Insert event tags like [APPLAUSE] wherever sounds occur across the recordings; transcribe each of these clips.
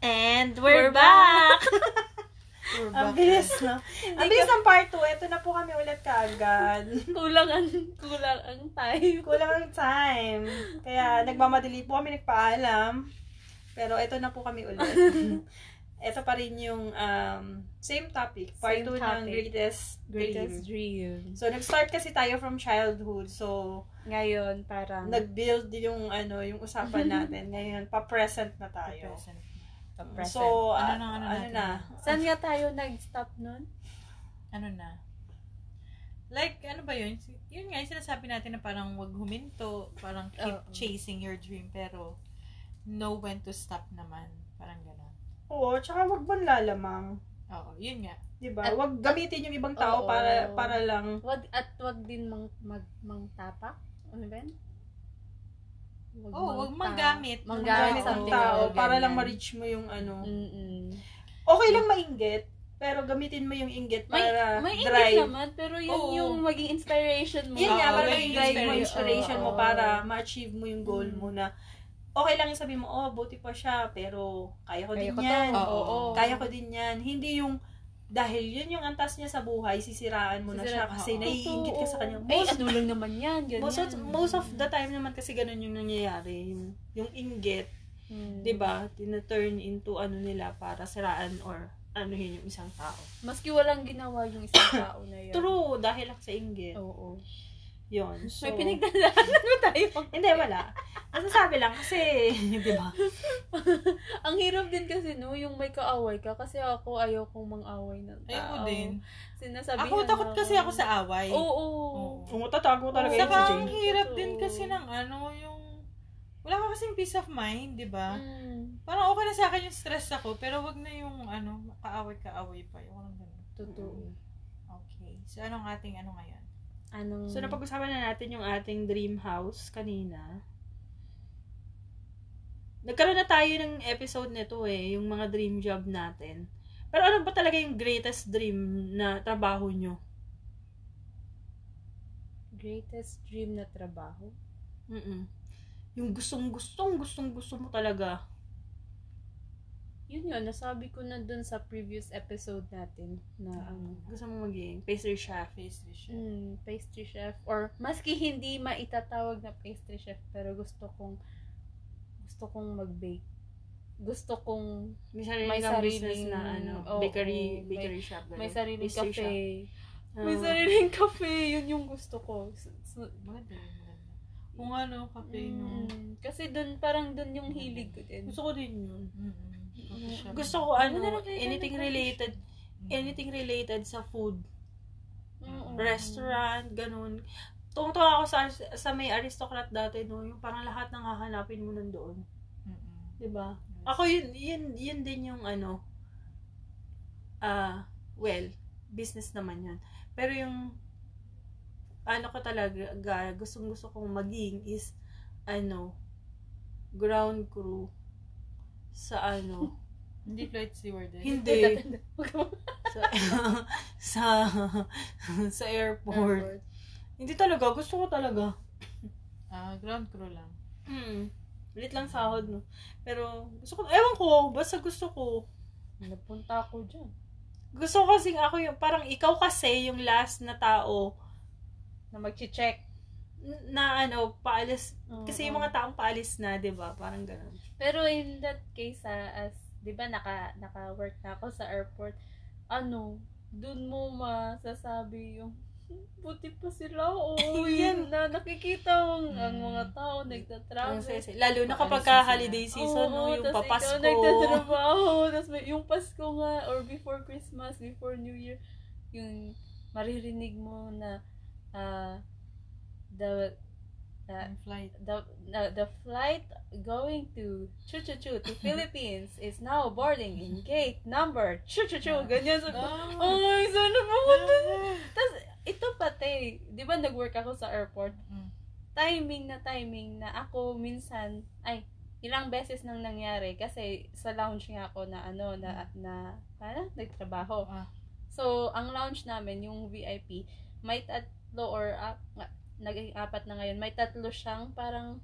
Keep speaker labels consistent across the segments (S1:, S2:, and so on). S1: And we're,
S2: We're
S1: back!
S2: back.
S3: [LAUGHS] We're
S1: Ang
S3: back.
S1: bilis,
S2: [LAUGHS]
S1: no?
S3: Ang bilis ng part 2. Ito na po kami ulit kaagad. [LAUGHS]
S2: Kulang ang, kulang ang time.
S3: Kulang ang time. Kaya nagmamadali po kami nagpaalam. Pero ito na po kami
S2: [LAUGHS]
S3: ulit. ito pa rin yung um, same topic. Part
S2: Same
S3: 2 ng
S2: topic.
S3: greatest,
S2: Greatest dream.
S3: dream. So, nag-start kasi tayo from childhood. So,
S2: Ngayon, parang...
S3: nag-build yung, ano, yung
S2: [LAUGHS]
S3: usapan natin. Ngayon, pa-present na tayo.
S1: Present.
S3: So,
S1: Ano na,
S3: ano,
S1: ano
S3: ano,
S1: natin?
S3: na?
S2: Saan nga tayo nag-stop nun?
S1: Ano na? Like, ano ba yun? Yun nga, yung sinasabi natin na parang wag huminto, parang keep
S3: Oh.
S2: Oo.
S1: chasing your dream, pero know when to stop naman. Parang gano'n.
S3: Oo, tsaka wag bang lalamang.
S1: Oo, yun nga.
S3: Diba?
S2: At-
S3: Wag gamitin yung ibang
S2: Oo.
S3: tao para para lang.
S2: Wag, at wag din mang, mag, mang tapak? Ano ba yun? Wag
S1: Oo, wag
S2: mang-
S1: manggamit. Manggamit
S2: Manggamit
S3: Gamit ng
S2: something
S3: tao
S2: like
S3: para
S2: ganyan.
S3: lang ma-reach mo yung ano.
S2: Mm-mm.
S3: Okay lang mainggit, pero gamitin mo yung inggit
S2: May,
S3: para
S2: may ingit
S3: Ah, drive.
S2: naman, pero yun
S1: Oo.
S2: yung maging inspiration mo.
S3: Yun nga,
S1: Oo,
S3: para
S1: may
S3: maging drive mo,
S1: inspiration.
S3: inspiration mo
S2: Oo.
S3: para ma-achieve mo yung goal
S2: Mm.
S3: mo na okay lang yung sabi mo, oh, buti pa siya, pero kaya ko
S2: Kaya
S3: oh, din
S2: ko to.
S3: yan.
S1: Oo.
S3: Kaya ko din yan. Hindi yung dahil yun yung antas niya sa buhay, sisiraan mo na siya
S2: Sisiraan-
S3: kasi
S1: oo.
S3: naiinggit ka sa kanya.
S2: Ay,
S3: Most
S2: ano lang naman yan. Ganyan.
S3: Most of, most of the time naman kasi ganun yung nangyayari. Yung, yung inggit,
S2: Mm.
S3: 'di ba? Tina-turn into ano nila para siraan or anuhin yung isang tao.
S2: Maski walang ginawa yung isang tao na yun.
S3: True, dahil lang sa inggit.
S2: Oo.
S3: Yun. So,
S2: May pinagdadaanan mo tayo.
S3: Hindi, wala. Masasabi lang kasi, [LAUGHS] di ba?
S2: [LAUGHS] Ang hirap din kasi, no, yung may kaaway ka. Kasi ako, ayaw kong mang-away ng tao.
S1: Ayoko din.
S2: Sinasabihan
S1: Ako takot kasi ako sa away.
S2: Oo. oo.
S1: Oo.
S3: Umutatago talaga
S2: Oo.
S3: yun si
S1: Saka ang
S3: Jane.
S1: hirap
S2: Totoo.
S1: din kasi ng ano, yung... Wala ka kasing peace of mind, di ba?
S2: Mm,
S1: Parang okay na sa akin yung stress ako, pero wag na yung ano, kaaway-kaaway pa. Yung walang ganun.
S2: totoo.
S1: Okay. So, anong ating ano ngayon?
S2: Anong...
S3: So, napag-usapan na natin yung ating dream house kanina. Nagkaroon na tayo ng episode nito eh, yung mga dream job natin. Pero ano ba talaga yung greatest dream na trabaho nyo?
S2: greatest dream na trabaho?
S3: Mm-mm. Yung gustong gustong gustong gusto mo talaga.
S2: Yun yun, nasabi ko na dun sa previous episode natin na
S1: Ah,
S2: ano,
S3: Gusto mo maging pastry chef.
S1: Pastry chef.
S2: mm, pastry chef or maski hindi maitatawag na pastry chef pero gusto kong gusto kong mag-bake. Gusto kong
S3: May sarili
S2: May
S3: kang
S2: sariling-
S3: business na ano,
S2: oo,
S3: bakery,
S2: may-
S3: bakery shop. ganun.
S2: may sariling
S3: Pastry
S2: cafe.
S3: shop. Ah.
S2: May
S3: Oo.
S2: sariling cafe, yun yung gusto ko. S- s-
S1: Maganda yun. maganda. Kung ano, cafe no.
S2: mm, kasi dun parang dun yung hilig ko din.
S3: Gusto ko din yun.
S1: Mm-mm. Coffee shop.
S3: Gusto ko
S2: Ano
S3: ano,
S2: talaga yun?
S3: anything
S2: Ano
S3: related,
S1: Mm.
S3: anything related sa food.
S2: Mm, mm.
S3: [LAUGHS] Restaurant, ganun. Tungtuwa ako sa, sa may aristocrat dati, no? Yung parang lahat ng hahanapin mo nandoon.
S1: Mm-mm.
S3: Diba? Ako yun, yun, yun din yung ano, ah, well, business naman yun. Pero yung, ano ko talaga, gustong gusto kong maging is, ano, ground crew sa ano,
S1: Hindi flight eh. stewardess.
S3: [LAUGHS] hindi,
S2: Wag mo-
S3: [LAUGHS] sa, sa, sa airport.
S2: Airport.
S3: Hindi talaga, gusto ko talaga.
S1: Ah, ground crew lang.
S3: Mm. Ulit lang sahod, no? Pero, gusto ko, ewan ko, basta gusto ko.
S2: Napunta ako dyan.
S3: Gusto ko kasing ako yung, parang ikaw kasi yung last na tao
S2: Na mag-check.
S3: n- na ano, paalis. Kasi yung mga taong paalis na, di ba? Parang ganun.
S2: Pero in that case, ah, as, di ba, naka, naka-work na ako sa airport, ano, dun mo masasabi yung, buti pa sila, oo, yan na, nakikita mong ang mga tao,
S3: Ang
S2: nagtatravel.
S3: sese. Lalo na
S1: Paalis
S3: kapag
S1: na
S3: ka
S1: sila.
S3: holiday season, no? Yung
S2: tas
S3: papasko.
S2: Ikaw nagtatrabaho, [LAUGHS] tas may, yung Pasko nga, or before Christmas, before New Year, yung maririnig mo na, ah, the, ah,
S1: Yung flight.
S2: the na- the flight going to chu chu chu
S3: [LAUGHS]
S2: to Philippines is now boarding in gate number chu chu chu
S3: Ah.
S2: ganyan sa
S1: No.
S2: [LAUGHS] ay sana ba ako tas ito pati di ba nag-work ako sa airport
S1: Mm.
S2: timing na timing na ako minsan ay ilang beses nang nangyari kasi sa lounge nga ako na ano na na para nagtrabaho
S1: Ah.
S2: so ang lounge namin yung VIP may tatlo or ah, nga- naging apat na ngayon may tatlo siyang parang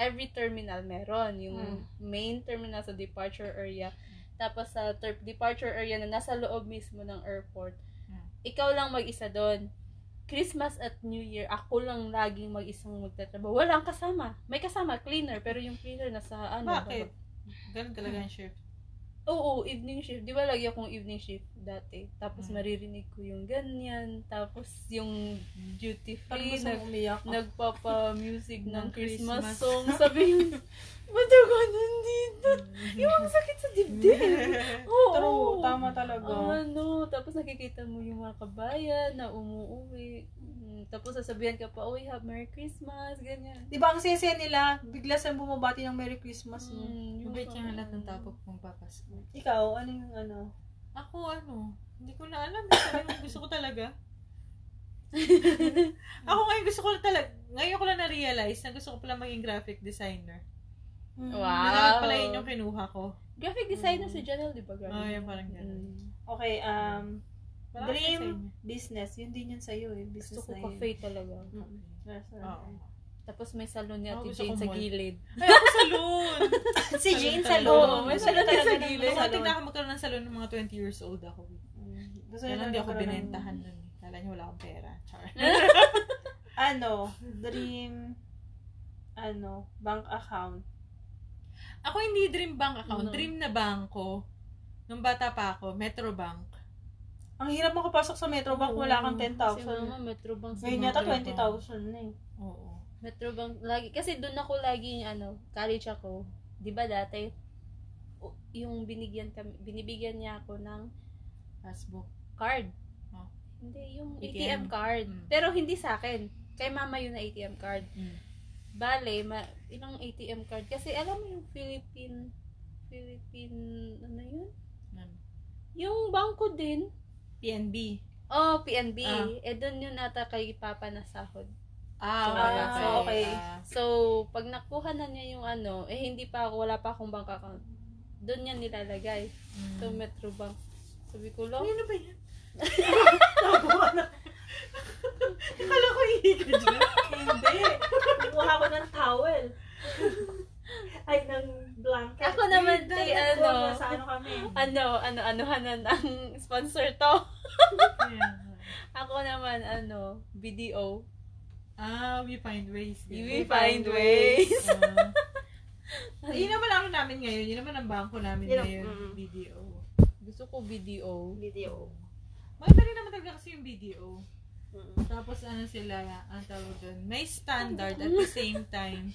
S2: every terminal meron yung main terminal sa departure area Tapos sa ter- departure area na nasa loob mismo ng airport.
S1: Hmm.
S2: Ikaw lang mag-isa doon. Christmas at New Year, ako lang laging mag-isang magtatrabaho. Walang kasama. May kasama, cleaner. Pero yung cleaner nasa ano.
S1: Bakit? Ganun talaga yung shift.
S2: Oo, evening shift. Di ba lagi akong evening shift dati?
S1: Mm.
S2: Tapos
S3: Hmm.
S2: maririnig ko yung ganyan. Tapos yung duty
S3: Parang
S2: free.
S3: gusto
S2: Nag,
S3: mong umiyak.
S2: nagpapa-music
S1: Ng
S2: ng, Christmas,
S1: Christmas.
S2: song. Sabi yun, ba't ako nandito? Yung ang sakit sa dibdib. Oo.
S3: [LAUGHS] True, tama talaga.
S2: Ano, tapos nakikita mo yung mga kabayan na umuwi. Mm, Tapos sasabihan ka pa, uy, have Merry Christmas, ganyan.
S3: Di ba ang sese nila, bigla sa bumabati ng Merry Christmas mo.
S2: Mm,
S1: Mabait [LAUGHS]
S2: parang-
S1: yung lahat ng topic mong papas.
S3: Ikaw, ano yung ano?
S1: Ako ano, hindi ko na alam. Sabi mo, gusto ko
S3: [LAUGHS]
S1: talaga. Ako ngayon gusto ko talaga, ngayon ko lang na-realize na gusto ko pala maging graphic designer.
S3: Mm.
S2: Wow.
S1: Na pala yun yung kinuha ko.
S2: Graphic designer
S3: Mm.
S2: si Janelle, di ba? Grabe.
S1: Oo, yung parang ganun.
S3: Mm. Okay, um,
S1: Parang
S3: Dream.
S1: design.
S3: business. Yun din yun sa'yo eh.
S2: Gusto
S3: Business
S2: ko
S3: na yun.
S2: cafe talaga.
S3: Mm. Restaurant.
S1: Oo.
S2: Tapos may salon ni
S1: Oo,
S2: Ate
S1: gusto
S2: Jane
S1: ko
S2: sa
S1: mall.
S2: gilid.
S1: Ay, ako saloon!
S3: [LAUGHS] Si Jane sa
S2: Oo,
S3: loob.
S2: may
S3: Gusto niya
S2: salon din
S3: talaga
S2: sa
S3: ng
S2: gilid.
S1: Gusto ko
S3: salon.
S1: tignan ako magkaroon ng salon ng mga 20 years old ako.
S3: Mm. Gusto niya
S1: Kaya lang
S3: talaga
S1: hindi ako
S3: ng-
S1: binentahan nun. eh. Kala niyo wala akong pera. Char. [LAUGHS]
S3: Ano, dream, ano, bank account.
S1: Ako hindi dream bank account.
S2: Mm.
S1: Dream na bangko. Nung bata pa ako, Metro Bank.
S3: Ang hirap makapasok sa Metro Bank, wala kang
S2: Kasi mama,
S3: 10,000.
S2: Metro Bank si
S3: Ngayon
S2: mama.
S3: yata
S1: Metro Bank.
S3: 20,000 na eh.
S1: Oo.
S2: Metro Bank lagi kasi doon ako lagi ano, college ako. 'Di ba dati o- yung binigyan kami, binibigyan niya ako ng
S1: Passbook.
S2: card.
S1: Oh.
S2: Hindi yung ATM,
S1: ATM.
S2: card.
S1: Mm.
S2: Pero hindi sa akin. Kay mama yun na ATM card.
S1: Mm.
S2: Bale, ma, ilang ATM card kasi alam mo yung Philippine Philippine ano yun?
S1: Ano?
S2: Yung bangko din.
S1: PNB.
S2: Oh, PNB.
S1: Ah.
S2: Eh, doon yun ata kay Papa na sahod.
S1: Ah,
S2: So,
S1: okay.
S2: ah,
S3: okay.
S1: Ah,
S2: So, pag nakuha na niya yung ano, eh hindi pa ako, wala pa akong bank account. Doon niya nilalagay.
S1: mm.
S2: So, Metro Bank. Sabi ko,
S1: Ay,
S2: lo,
S1: ano ba yan? Akala ko ihiga dyan.
S3: Hindi. Kumuha ko ng towel. Ay, ng blanket.
S2: Ako naman,
S3: Ay,
S2: tay,
S3: dahil
S2: ano.
S3: Nasa ano kami.
S2: ano, ano, ano, hanan ang sponsor to.
S1: Ayan.
S2: Ako naman, ano, BDO.
S1: Ah, we find ways.
S2: We find ways.
S1: Ah. yun naman ang namin ngayon. Yun naman ang bangko namin
S3: Yun ang-
S1: ngayon.
S3: mm.
S1: BDO.
S2: Gusto ko BDO.
S3: Video.
S1: Maganda rin naman talaga kasi yung BDO.
S3: Mm-mm.
S1: Tapos ano sila, ang tawag doon, may standard at the same time.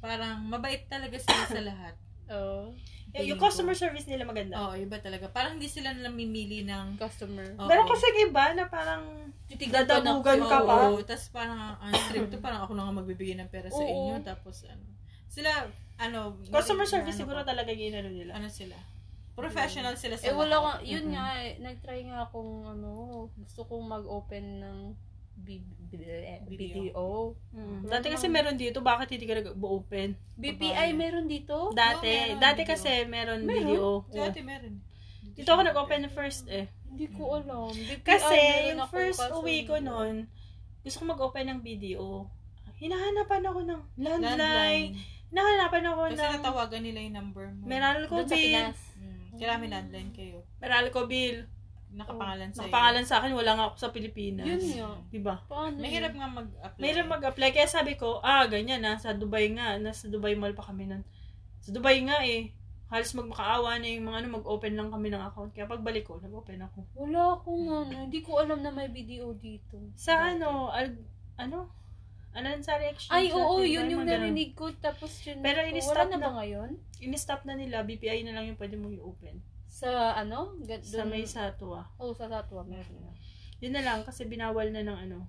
S1: Parang mabait talaga sila sa lahat.
S2: Oh,
S3: Eh, yung customer service nila maganda.
S1: Oo, iba talaga. Parang hindi sila namimili ng...
S2: customer.
S1: Oo.
S3: Meron kasi iba na parang
S2: Titignan
S3: Dadabugan
S2: ako.
S3: ka pa.
S1: Oo, tapos parang ang trip to, parang ako na nga magbibigay ng pera sa
S2: Oo.
S1: inyo. Tapos ano, sila, ano...
S3: customer
S1: mali-
S3: service
S1: ano
S3: siguro
S1: pa,
S3: talaga yung ano nila.
S1: Ano sila? Professional sila sa
S2: Eh, wala
S1: lahat.
S2: akong, yun
S1: Mm-mm.
S2: nga, eh, nag-try nga akong, ano, gusto kong mag-open ng B- B- BDO.
S3: Mm. Dati kasi meron dito, bakit hindi ka nag-open?
S2: BPI
S1: Babae.
S2: meron dito?
S3: Dati,
S1: Oo, meron
S3: dati
S1: video.
S3: kasi
S2: Meron?
S3: meron, video.
S1: Sa
S3: Oo.
S1: ate, meron.
S3: Dito ako nag-open first eh.
S2: Hindi ko alam. BPI
S3: Kasi
S2: meron
S3: yung
S2: ako,
S3: first ano,
S2: kaso
S3: uwi ko
S2: hindi.
S3: noon, gusto ko mag-open ng video. Hinahanapan ako ng landline. Hinahanapan ako
S1: Kasi
S3: ng
S1: natawagan nila yung number mo.
S3: Meral ko
S2: Doon sa
S3: bill.
S2: Pinas.
S1: Mm, Kailangan may landline kayo.
S3: Meral ko bill.
S1: Nakapangalan sa'yo.
S3: Nakapangalan sa akin, wala nga ako sa Pilipinas.
S2: Yun nga.
S3: Diba?
S2: Paano
S1: Mahirap nga mag-apply.
S3: Mayroon mag-apply. Kaya sabi ko, ah, ganyan, nasa Dubai nga. Nasa Dubai Mall pa kami nun. Sa Dubai nga eh. Halos magmakaawa na yung mga ano, mag-open lang kami ng account. Kaya pagbalik ko, nag-open ako.
S2: Wala akong ano. Hindi ko alam na may BDO dito.
S3: Sa ano, al- ano? Alansari Exchange.
S2: Ay, oo, yun
S3: natin, parang
S2: yung
S3: mga ganun.
S2: narinig ko. Tapos yun.
S3: Pero
S2: ko. Wala
S3: in-stop
S2: na
S3: na.
S2: ba ngayon?
S3: In-stop na nila, BPI na lang yung pwede mong i-open.
S2: Sa ano? Ga-
S3: Sa
S2: dun-
S3: may satwa.
S2: Oo, sa Satwa. Meron na.
S3: Yun na lang, kasi binawal na ng ano,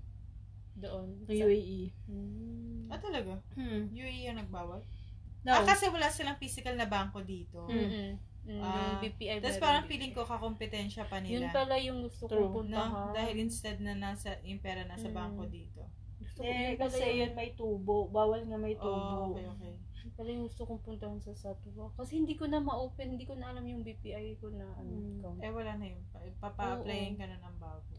S2: Doon.
S3: ng UAE.
S2: Hmm.
S1: Ah, talaga?
S3: Hmm.
S1: UAE yung nagbawal?
S3: No.
S1: E Ah, kasi wala silang physical na bangko dito.
S3: Mm.
S2: Mm-mm. Mm,
S1: Ah,
S2: yung BPI
S1: Tapos
S2: meron
S1: parang
S2: dito.
S1: feeling ko kakompetensya pa
S2: Yun
S1: nila.
S2: pala yung gusto
S3: True.
S2: kong
S1: No?
S2: puntahan.
S1: Dahil instead na nasa, yung pera nasa
S2: Mm.
S1: bangko dito.
S2: gusto ko
S3: eh,
S2: yun pala
S3: kasi
S2: yung,
S3: yun may tubo. Bawal nga may
S1: Oh,
S3: tubo.
S1: okay, okay.
S2: yun pala yung gusto kong puntahan sa Satwa. Kasi hindi ko na ma-open, hindi ko na alam yung BPI ko na ano.
S3: Mm.
S2: account.
S1: Eh, wala na yun. Papa-applyin ka na ng bago.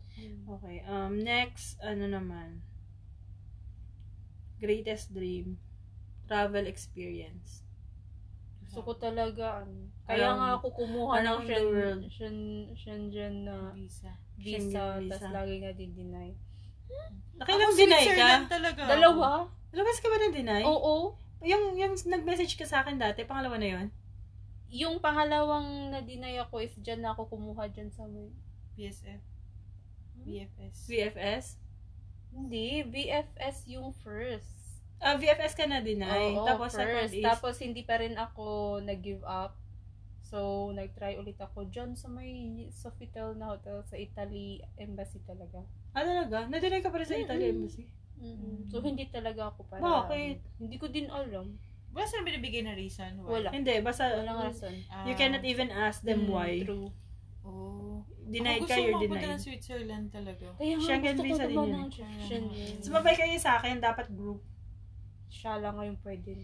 S3: Okay, um, next, ano naman? Greatest dream. Travel experience.
S2: Gusto ko talaga, ano. Kaya
S3: Around-
S2: nga ako kumuha ng
S3: around the
S2: Shen,
S3: world.
S2: Shen, Shenzhen
S1: Ah,
S2: na
S1: Visa.
S2: visa,
S3: Schengen
S2: tapos
S3: visa.
S2: lagi nga di-deny.
S3: Nakailang
S1: Ako,
S3: deny ka?
S1: Switzerland talaga.
S2: Dalawa?
S3: Lumabas ka ba na deny?
S2: Oo.
S3: Yung, yung nag-message ka sa akin dati, pangalawa na yun?
S2: Yung pangalawang na-deny ako is dyan na ako kumuha dyan sa may...
S1: BSF. BFS.
S3: VFS?
S2: Hindi, BFS yung first.
S3: Ah, VFS ka na deny.
S2: Oo,
S3: tapos second
S2: first.
S3: is,
S2: Tapos hindi pa rin ako nag-give up. So, nag-try ulit ako dyan sa may Sofitel na hotel sa Italy embassy talaga.
S3: ah talaga? Na-deny ka pa rin sa Italy
S2: Mm-mm.
S3: embassy?
S1: Mm.
S2: So, hindi talaga ako para...
S3: Mm-hmm. Bakit?
S2: Hindi ko din alam.
S1: Wala silang binibigay na reason.
S2: Wala.
S3: Hindi, basta ano
S2: Walang rason.
S1: Ah,
S3: you cannot even ask uh, them
S2: Mm,
S3: why.
S2: True.
S1: Oh. Ako
S3: Denied ka, you're
S1: Hmm. Gusto ko makapunta
S3: denied.
S1: ng Switzerland talaga.
S2: Kaya nga,
S3: Schengen
S2: gusto ko
S3: visa din
S2: naman
S3: yun
S2: ng Schengen.
S3: Sumabay kayo sa akin, dapat group.
S2: Siya lang ngayon pwede.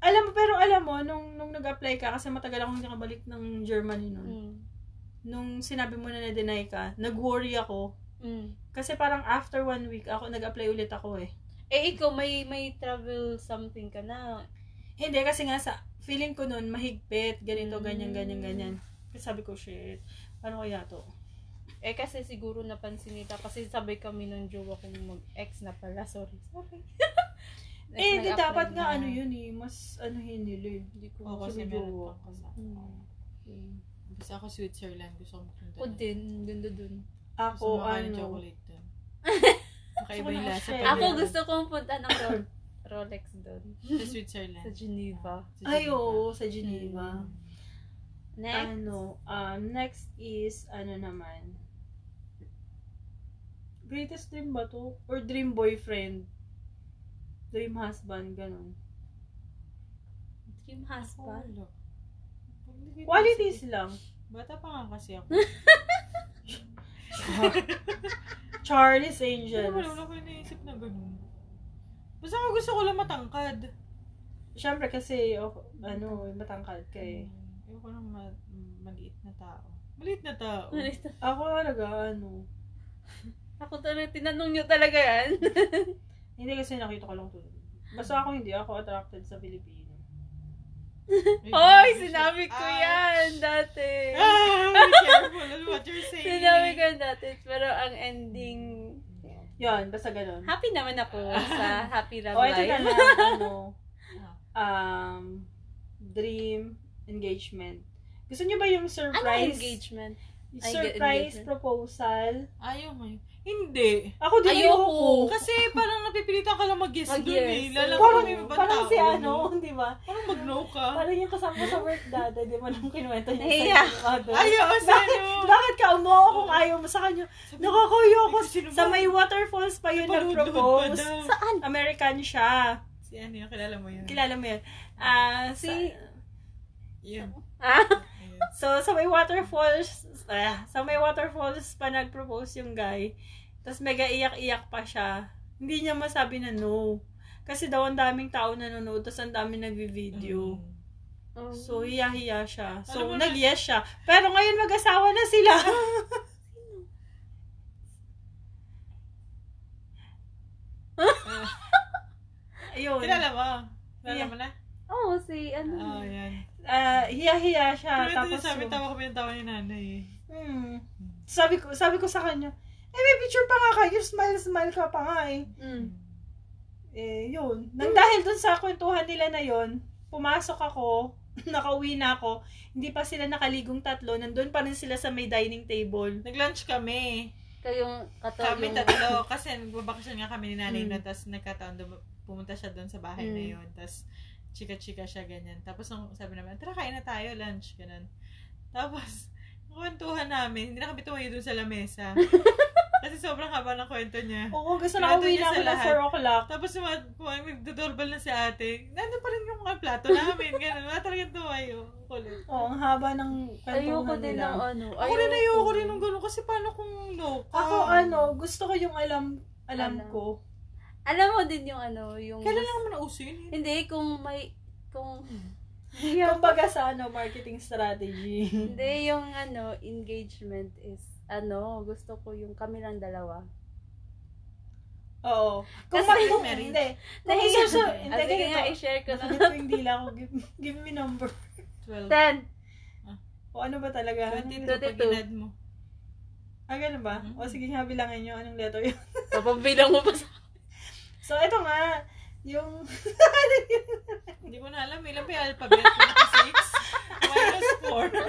S3: Alam mo, pero alam mo, nung, nung nag-apply ka, kasi matagal akong nakabalik ng Germany noon,
S1: Hmm.
S2: Mm.
S3: nung sinabi mo na na-deny ka, nag-worry ako.
S2: Mm.
S3: Kasi parang after one week, ako nag-apply ulit ako eh.
S2: Eh, ikaw, may may travel something ka na.
S3: Hindi, kasi nga sa feeling ko noon, mahigpit, ganito, ganyan, ganyan,
S2: Mm.
S3: ganyan. Kasi sabi ko, shit, ano kaya to?
S2: Eh, kasi siguro napansin nila. Kasi sabay kami nung jowa kong mag-ex na pala. Sorry, sorry. [LAUGHS]
S3: eh, di
S2: Nag-apply
S3: dapat
S2: na.
S3: nga ano yun eh, mas ano nila eh.
S2: Hindi ko
S1: Oo, kasi
S3: Sabi
S1: meron
S3: jowa
S1: pa ako sa...
S2: Hmm.
S1: Basta ako Switzerland. Gusto ko mapunta.
S2: Ako din, dun dun dun.
S1: Gusto
S3: Ako,
S1: ko makain ng
S3: ano,
S1: chocolate
S2: [LAUGHS]
S1: doon. Makaiba yung
S3: Gusto ko
S1: lasa.
S3: na-
S1: pag-
S2: Ako gusto kong punta ng Ro- Rolex dun.
S1: Sa Switzerland.
S2: Sa Geneva.
S1: Sa
S3: ay,
S1: Geneva.
S3: oo, sa Geneva.
S2: Next.
S3: Ano, um, next is, ano naman, greatest dream ba to? Or dream boyfriend? Dream husband, ganun.
S2: Dream
S1: Ako,
S2: husband.
S1: wala. Pagbigay ko
S3: Qualities
S1: sa-
S3: lang.
S1: Bata pa nga kasi
S2: [LAUGHS]
S1: ako.
S3: Charlie's
S1: Hindi naman wala
S3: Angels.
S1: ko naisip na ganun. Basta ako gusto ko lang matangkad.
S3: Siyempre kasi, oh, ano, matangkad ka eh.
S1: Mm, Ayoko ng ma- mm, maliit na tao. Maliit na tao.
S2: [LAUGHS] Malista.
S3: Ako talaga, ano,
S2: Oh. Ako talaga, tinanong nyo talaga [LAUGHS] yan.
S3: hindi kasi nakita ko lang to. Basta ako hindi, ako attracted sa Pilipino.
S1: Ay,
S2: Hoy,
S1: gosh.
S2: sinabi ko
S1: Ouch.
S2: yan dati.
S1: Ah, be careful on what you're saying.
S2: Sinabi ko yan dati. Pero ang ending,
S3: Yan, basta ganun.
S2: happy naman ako sa happy love
S3: O, ito na
S2: life.
S3: lang, ano, [LAUGHS] um, dream, engagement. Gusto niyo ba yung
S2: Ano
S3: surprise?
S2: engagement? Ay,
S3: Surprise
S2: engagement.
S3: proposal.
S1: Ayaw mo yun. Hindi.
S3: Ako din
S2: Ayoko.
S1: Kasi parang napipilitan ka lang mag-yes
S2: Mag-yes.
S1: dun eh. Lala ko
S3: Parang,
S1: may ibang
S3: parang
S1: tao.
S3: si ano, di ba?
S1: Parang mag-no ka.
S3: Parang yung kasama ko sa work dada, di ba nung kinuwento niya sa
S2: Iya.
S3: inyo, other.
S1: Ayaw, sa ano.
S3: Bakit ka umuha kung ayaw mo sa kanya? Nakakuyo ko. Sa may waterfalls pa yun
S1: Napanood-nood
S3: nag-propose.
S1: pa daw.
S2: Saan?
S3: American siya.
S1: Si ano yun, kilala mo yun.
S3: Kilala mo yun. Ah, si...
S1: Yun.
S2: Ah?
S1: Ayun.
S3: So, sa may waterfalls, ah, sa may waterfalls pa nag-propose yung guy. Tapos mega iyak-iyak pa siya. Hindi niya masabi na no. Kasi daw ang daming tao nanonood, tapos ang daming nagvi-video.
S1: Mm.
S3: Um,
S2: Oh,
S3: So, hiya-hiya siya. So,
S1: Alam mo na-
S3: nag-yes siya. Pero ngayon mag-asawa na sila.
S1: [LAUGHS] Ah,
S3: Ayun.
S1: Kilala mo. Kilala
S3: Yeah.
S1: mo na?
S2: Oo, si ano.
S1: Oo, yan.
S3: Ah, hiya-hiya siya.
S1: Pero ito
S3: tapos,
S1: sabi,
S3: yung-
S1: tawa ko pa yung tawa ni nanay eh.
S3: Hmm. sabi, ko, sabi ko sa kanya, eh, may picture pa nga kayo. Smile-smile ka pa nga eh.
S2: Mm.
S3: Eh, yun. Nang
S2: Hmm.
S3: dahil dun sa kwentuhan nila na yun, pumasok ako, [LAUGHS] nakauwi na ako, hindi pa sila nakaligong tatlo, nandun pa rin sila sa may dining table.
S1: Nag-lunch kami.
S2: Kayong katol
S1: Kami
S2: yung-
S1: tatlo. Kasi nagbabakasyon nga kami ni nanay
S3: Mm.
S1: na. Tapos nagkataon, dum- pumunta siya doon sa bahay na
S2: Mm.
S1: yun. Tapos chika-chika siya ganyan. Tapos nung sabi naman, tara kain na tayo, lunch. Ganun. Tapos, ang kwentuhan namin, hindi na kami tumayo doon sa lamesa.
S3: [LAUGHS]
S1: kasi sobrang haba ng kwento niya.
S3: Oo, gusto
S1: Grabe
S3: nakauwi
S1: niya
S3: na ako
S1: sa
S3: ng
S1: lahat.
S3: 4 o'clock.
S1: Tapos yung mga- kung ang nagdodorbal na si ate, nandun pa rin yung mga plato namin. Ganun, wala talagang tumayo. Kulit.
S3: Oo, ang haba ng
S2: Ayoko
S3: kwentuhan
S2: din ng
S3: nila.
S2: ano.
S1: Ako rin ayoko rin ng ganun kasi paano kung no? ka?
S3: Ako, ano, gusto ko yung alam, alam
S2: Ah. Alam.
S3: ko.
S2: Alam mo din yung ano, yung...
S1: Kailan lang naman nauso yun? eh?
S2: Hindi, kung may... Kung... [LAUGHS]
S3: Kumbaga sa ano, marketing strategy. [LAUGHS]
S2: Hindi, yung ano, engagement is... Ano, gusto ko yung kami lang dalawa.
S3: Oo. Kung
S2: Kasi
S3: may
S1: kung married.
S3: hindi. Kung may
S2: Nahiya. [LAUGHS]
S3: social,
S2: Ah,
S3: hindi
S2: sige nga,
S3: ganito.
S2: i-share ko na.
S3: Nakagit ko yung dila ko. Give, [LAUGHS] give me number.
S1: 12.
S2: 10.
S3: O ano ba talaga?
S1: 22
S3: Ano-
S1: pag inad mo.
S3: Ah, ganun ba?
S1: Mhm.
S2: Mm-hmm.
S3: O sige nga, bilangin nyo anong letter yun.
S2: Papabilang mo pa sa...
S3: So, ito nga. Yung,
S1: Hindi ko na alam. Ilan ba yung alphabet? 26? Minus Um, 4?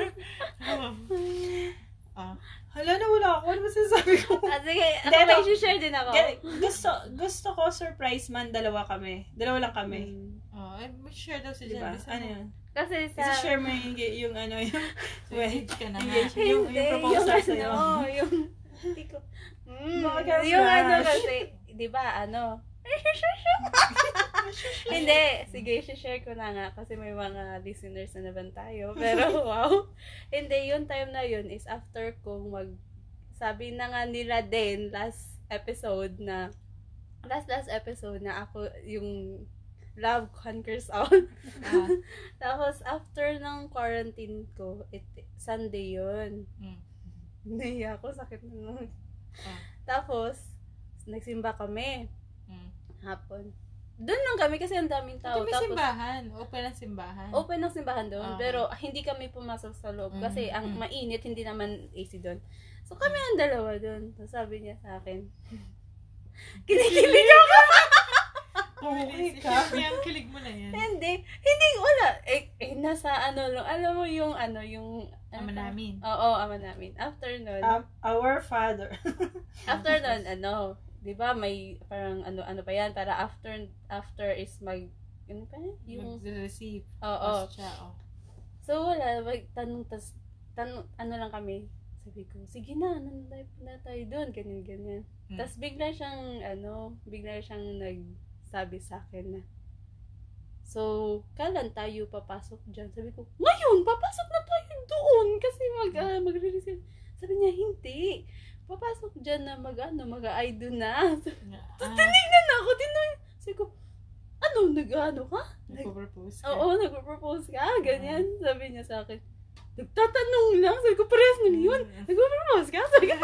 S1: ah,
S3: hala na wala ako. Ano ba sinasabi
S2: [LAUGHS]
S3: ko?
S2: Ah, sige, ako
S3: Hindi,
S2: may
S3: ito.
S2: share din ako.
S3: Kaya- gusto, gusto ko surprise man, dalawa kami. Dalawa lang kami.
S2: Mm.
S1: ah, eh, may share daw si
S3: Diba?
S1: Jen. Isa
S3: Ano
S1: mo.
S3: yun?
S2: Kasi sa...
S3: Kasi share mo yung, yung ano,
S2: [LAUGHS]
S3: yung
S1: So, engage ka na nga.
S3: engagement. Yung, yung proposal sa'yo.
S2: Oo, ano, oh,
S3: [LAUGHS]
S2: yung... Hindi ko... Mm,
S3: Baka
S2: yung
S3: flash.
S2: ano kasi, di ba, ano? Ah, Hindi, sige, share ko na nga kasi may mga listeners na naman tayo.
S3: [LAUGHS]
S2: Pero wow. Hindi, yung time na yun is after kong mag... Sabi na nga nila din last episode na... Last last episode na ako yung love conquers out.
S1: Ah,
S2: [LAUGHS] Tapos, after ng quarantine ko, it, Sunday yun.
S1: mm.
S2: Naiya ako, sakit na nun.
S1: Ah.
S2: Tapos, nagsimba kami,
S1: Mm.
S2: hapon. Doon lang kami kasi ang daming
S1: Ito
S2: tao.
S1: may
S2: Tapos, Oh,
S1: simbahan. Open ang simbahan.
S2: open ang simbahan doon,
S1: Ah.
S2: pero hindi kami pumasok sa loob. Kasi
S1: Mm,
S2: ang
S1: mm.
S2: mainit, hindi naman AC doon. So, kami ang dalawa doon. So, sabi niya sa
S1: [LAUGHS]
S2: akin, kinikilig ako. [LAUGHS]
S3: Okay
S1: [LAUGHS]
S3: ka.
S1: Siyempre, ang kilig mo na yan.
S2: Hindi, hindi, wala. Eh, eh, nasa ano lang, alam mo yung ano, yung... ano
S1: Ama
S2: pa?
S1: namin.
S2: Oo, ama namin. After nun,
S3: Um, our father.
S2: [LAUGHS] after nun, ano, 'di ba, may parang ano ano pa 'yan para after after is mag ano pa yan? yung oo.
S1: Mag-receive. Siya, oh.
S2: So wala magtanong tas tanong ano lang kami. Sabi ko, sige na, nandiyan na tayo doon, ganyan ganyan.
S1: Mm.
S2: Tas bigla siyang ano, bigla siyang nagsabi sa akin na So, kailan tayo papasok dyan? Sabi ko, ngayon, papasok na tayo doon kasi mag, ah, magre-receive. Sabi niya, hindi. Papasok dyan na mag, ano, mag-aido na. [LAUGHS]
S1: Ah,
S2: Tinignan ako, tinoy. Sabi ko, ano, nag-ano ka?
S1: nagpo-propose ka.
S2: Oo, nagpo-propose ka, ganyan. Sabi niya sa akin, nagtatanong lang. Sabi ko, parehas na yun.
S1: Mm.
S2: Nagpo-propose ka? Sabi ko, [LAUGHS]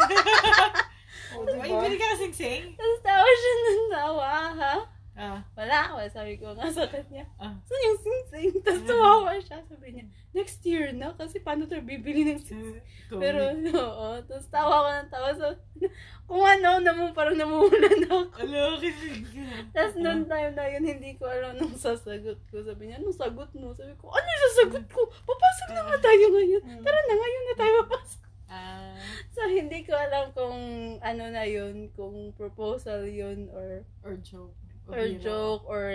S2: Oh,
S3: O,
S2: diba?
S1: Ay, pwede ka kasing sing.
S2: tapos tawa siya ng tawa, ha?
S1: Ah,
S2: Wala ako, sabi ko nga sa kanya.
S1: Ah.
S2: Saan yung sing-sing? Tapos tumawa siya, sabi niya, next year na, kasi paano tayo bibili ng sing
S1: go.
S2: Pero, [LAUGHS] oo. Tapos tawa ko ng tawa. So, [LAUGHS] kung ano, namu, parang namumulan ako.
S1: Alo, kilig ka.
S2: Tapos noon time na yun, hindi ko alam nung sasagot ko. Sabi niya, anong sagot mo? Sabi ko, ano yung sasagot ko? Papasok na nga tayo ngayon.
S3: Mm.
S2: Tara na, ngayon na tayo papasok.
S1: Ah,
S2: So, hindi ko alam kung ano na yun, kung proposal yun or,
S1: or joke.
S2: or
S1: biro.
S2: joke or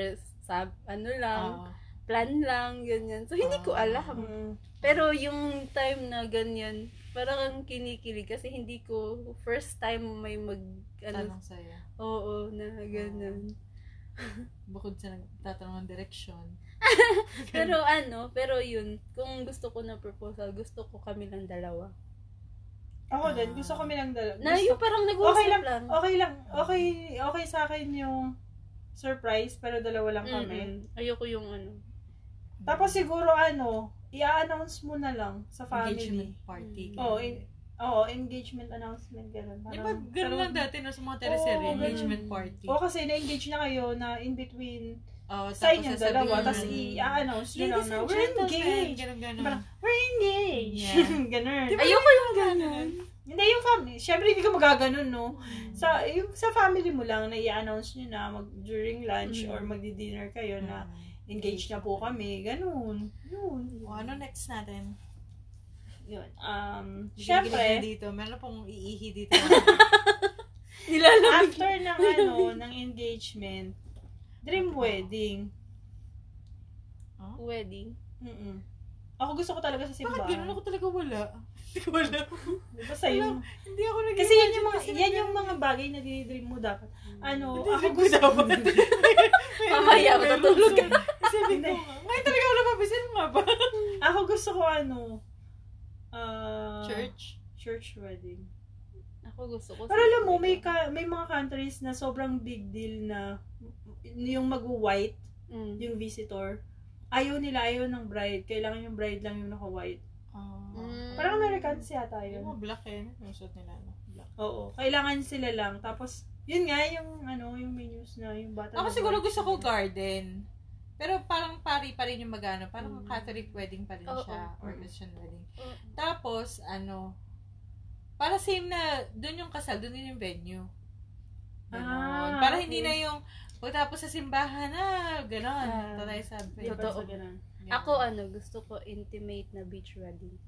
S2: sab, ano lang,
S1: Ah,
S2: plan lang, ganyan. So, hindi ko
S1: Ah.
S2: alam.
S3: Mm.
S2: Pero yung time na ganyan, parang ang kinikilig kasi hindi ko first time may mag, ano,
S1: tanong sa'yo.
S2: oo, na ganun.
S1: Bukod sa nagtatanong ng direction.
S2: Pero ano, pero yun, kung gusto ko na proposal, gusto ko kami lang dalawa.
S3: Ako din, gusto kami lang dalawa.
S2: Na
S3: Gusto-
S2: yung parang nag-uusap
S3: Okay
S2: lang.
S3: Okay lang. Oh. Okay, okay sa akin yung surprise, pero dalawa lang kami.
S2: Mm-mm. Ayoko yung ano.
S3: Tapos siguro ano, i-announce mo na lang sa
S1: Engagement
S3: family. Mm.
S1: party.
S3: Oo, in- Oo, engagement announcement, gano'n.
S1: Di ba ganun lang dati no, sa mga teleserye,
S3: Oo, ganun.
S1: engagement party.
S3: O kasi na-engage na kayo na in between
S1: Oh,
S3: sa inyo dalawa,
S2: sasabihin
S3: tapos
S2: mo.
S3: i-announce nyo lang
S1: Ladies
S3: na,
S1: and
S3: we're
S1: gentlemen,
S3: engaged.
S1: ganun ganun.
S3: Parang, We're engaged.
S1: Yeah.
S3: [LAUGHS] ganun.
S2: Ayoko yung ganun.
S3: Hindi yung family. Siyempre, hindi ka magaganon, no?
S1: Mm.
S3: Sa, yung, sa family mo lang, na i-announce nyo na mag, during lunch
S2: Mm.
S3: or magdi-dinner kayo
S1: Mm.
S3: na engaged na po kami. Ganun. Yun.
S1: O, ano next natin?
S3: Yun. Um,
S1: Ginigiling
S3: Siyempre,
S1: dito, meron pong iihi
S3: [LAUGHS]
S1: dito.
S2: Nilalamig.
S3: after ng ano, ng engagement, dream wedding.
S2: Wedding.
S3: Mm-mm. Ako gusto ko talaga sa
S1: Bakit ganun
S3: simbahan.
S1: ako talaga wala? Hindi ko wala.
S3: Diba sa'yo?
S1: Hindi ako nag
S3: Kasi yan yung mga, yan yung
S1: ano
S3: mga
S1: eh.
S3: bagay na dinidream mo dapat. Ano,
S1: Hindi,
S3: ako
S1: ako
S3: gusto
S1: [LAUGHS]
S3: ko.
S1: Mm. dapat.
S2: Mamaya, matutulog ka.
S1: Sabi ko nga, ngayon talaga wala pa, bisin mo nga ba?
S3: Ano eh. Ah. Ako gusto ko ano, ah,
S1: Church?
S3: church wedding.
S2: Ako gusto ko.
S3: Pero alam mo, may, ka, may mga countries na sobrang big deal na yung mag-white,
S2: Mm.
S3: yung visitor, ayaw nila, ayaw ng bride. Kailangan yung bride lang yung naka-white.
S1: Ah.
S3: Parang Americans yata
S1: Yung
S3: yun.
S1: mga black eh. Yung suit nila, no? Black.
S3: Oo. Kailangan sila lang. Tapos, Yun nga, yung ano, yung menus na, yung bata.
S1: Ako
S3: na-
S1: siguro gusto ko garden. Pero parang pari pa rin yung magano. Parang
S3: Mm.
S1: Catholic wedding pa rin
S2: Oo.
S1: siya. Or
S3: Mm.
S1: Christian wedding.
S2: Mm.
S1: Tapos, ano, para same na, dun yung kasal, dun din yung venue. Ganon.
S3: Ah,
S1: para hindi
S3: okay.
S1: na yung, pagtapos sa simbahan na, ganon. Uh,
S3: Ah.
S1: Tatay sa
S3: Di ba,
S1: venue.
S2: Totoo.
S3: sa ganun?
S1: Ganon.
S2: Ako ano, gusto ko intimate na beach wedding.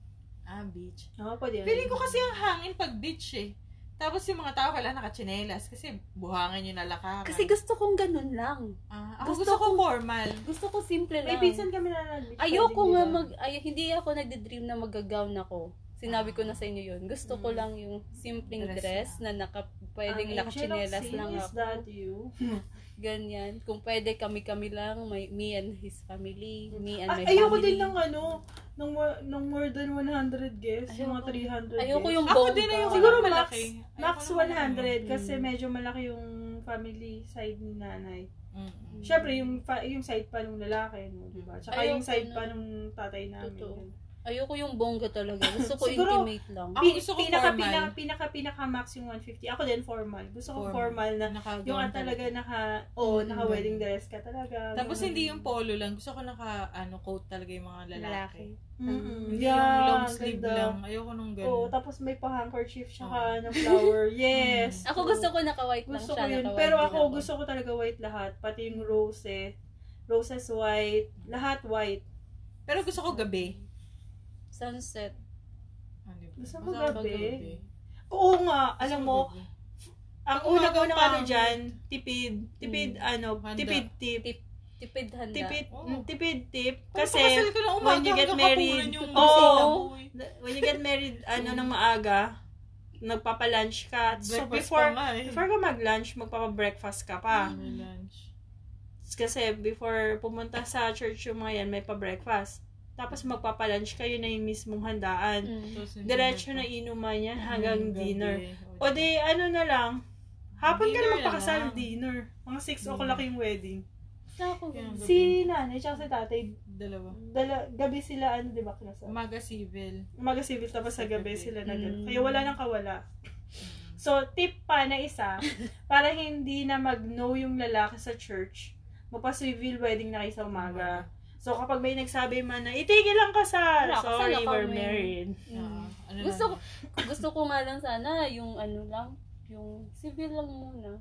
S1: Ah, beach.
S3: Oo, pwede yun.
S1: Feeling ko kasi ang hangin pag beach eh. Tapos yung mga tao kailangan nakachinelas kasi buhangin yung
S3: Ah.
S1: lalakaran.
S2: Kasi gusto kong ganun lang.
S1: Ah, ako gusto,
S2: gusto
S1: ko formal.
S2: Gusto ko simple
S3: May
S2: lang.
S3: pinsan kami na nag-beach
S2: Ayoko
S3: wedding,
S2: nga
S3: di ba?
S2: mag, ay, hindi ako nagde-dream na magagown ako. Sinabi ko na sa inyo yun. Gusto ko
S3: Mm.
S2: lang yung simpleng
S1: Dress
S2: dress na naka, pwedeng
S3: Ang angel of
S2: nakachinelas
S3: sin,
S2: lang
S3: Is that
S2: ako.
S3: you?
S2: Ganyan. Kung pwede kami-kami lang, my, me and his family, me and
S3: Ah,
S2: my
S3: ayoko
S2: family.
S3: din ng ano, ng, wa- ng more than 100 guests, yung mga
S2: Ayoko.
S3: 300
S2: Ayoko
S3: guests.
S2: yung
S1: Ako din ayoko
S3: Siguro
S1: ng
S3: max,
S1: malaki.
S3: max
S1: Ayoko ng malaki.
S3: 100 kasi
S2: Mm.
S3: medyo malaki yung family side ni nanay.
S1: Mm-mm.
S3: Syempre yung fa- yung side pa nung lalaki, no, 'di ba? Tsaka yung
S2: Ayoko
S3: side
S2: nun.
S3: pa nung tatay namin.
S2: Totoo.
S3: yun.
S2: Ayoko yung bongga talaga. Gusto ko
S3: [LAUGHS] Siguro,
S2: intimate lang.
S1: Ako
S3: Pi-
S1: gusto ko
S3: pinaka,
S1: formal.
S3: Pinaka, pinaka, pinaka max yung 150. Ako din formal. Gusto ko
S1: Formal.
S3: formal na
S1: Naka-gown
S3: yung ang talaga naka, oh, naka wedding dress ka talaga.
S1: Tapos
S3: Ganun.
S1: hindi yung polo lang. Gusto ko naka, ano, coat talaga yung mga lalaki.
S3: Mm-mm.
S1: Hindi
S3: Yeah,
S1: yung long sleeve
S3: ganda.
S1: lang. Ayoko nung ganun.
S3: Oo, tapos may pa-handkerchief
S1: Oo. Mm.
S3: tsaka ng
S1: [LAUGHS]
S3: flower. Yes.
S2: Ako gusto ko naka-white lang
S3: Gusto ko
S2: siya.
S3: yun.
S2: naka-white
S3: Pero
S2: din
S3: ako, gusto ko talaga white lahat. Pati yung roses. Roses white. Lahat white.
S1: Pero gusto ko gabi.
S2: Sunset.
S1: Ah, di ba?
S3: Gusto ko
S1: Masarap
S3: gabi.
S1: pag
S3: Oo nga.
S1: Gusto
S3: Alam
S1: ko
S3: mo,
S1: gabi.
S3: ang
S1: Pag
S3: una ko
S1: umaga
S3: ng
S1: pa.
S3: ano dyan, tipid. Tipid, ano,
S1: Mm. Handa.
S3: tipid tip.
S2: Tip- Tipid handa.
S3: Tipid,
S1: Oo.
S3: mm, tipid tip.
S1: Kasi,
S3: Kasi,
S1: ko lang umaga,
S3: when you get
S1: hanggang
S3: married-
S1: hapunan yung
S3: Oo.
S1: bisita mo eh.
S3: when you get married, ano, ng maaga, nagpapa-lunch ka. So,
S1: Breakfast pa
S3: before,
S1: nga eh.
S3: before ka mag-lunch, magpapa-breakfast ka pa.
S1: May lunch.
S3: Kasi before pumunta sa church yung mga yan, may pa-breakfast. Tapos magpapa-lunch kayo na yung mismong handaan.
S2: Mm.
S1: Tapos,
S3: Diretso na inuman yan hanggang
S1: gabi.
S3: dinner.
S1: di-
S3: O di, ano na lang, hapon ka
S1: Dinner
S3: na
S1: na
S3: magpakasal,
S1: lang.
S3: dinner. Mga 6
S1: Mm.
S3: o'clock yung wedding.
S2: Ako.
S1: Kaya gabi.
S3: Si nanay tsaka si tatay,
S1: Dalawa.
S3: dala, gabi sila, ano, di ba, kinasal?
S1: Umaga civil.
S3: Umaga civil, tapos sa gabi sila na
S2: Mm.
S3: Kaya wala nang kawala. So, tip pa na
S2: [LAUGHS]
S3: isa, para hindi na mag-know yung lalaki sa church, magpa-civil wedding na kayo sa umaga. So, kapag may nagsabi man na, itigil lang kasal.
S2: Wala, kasal
S3: Sorry,
S2: ako
S3: we're
S2: eh.
S3: married.
S1: Ah,
S2: Mm.
S1: ano
S2: Gusto
S1: lang.
S2: ko, gusto ko nga lang sana yung ano lang, yung civil lang muna.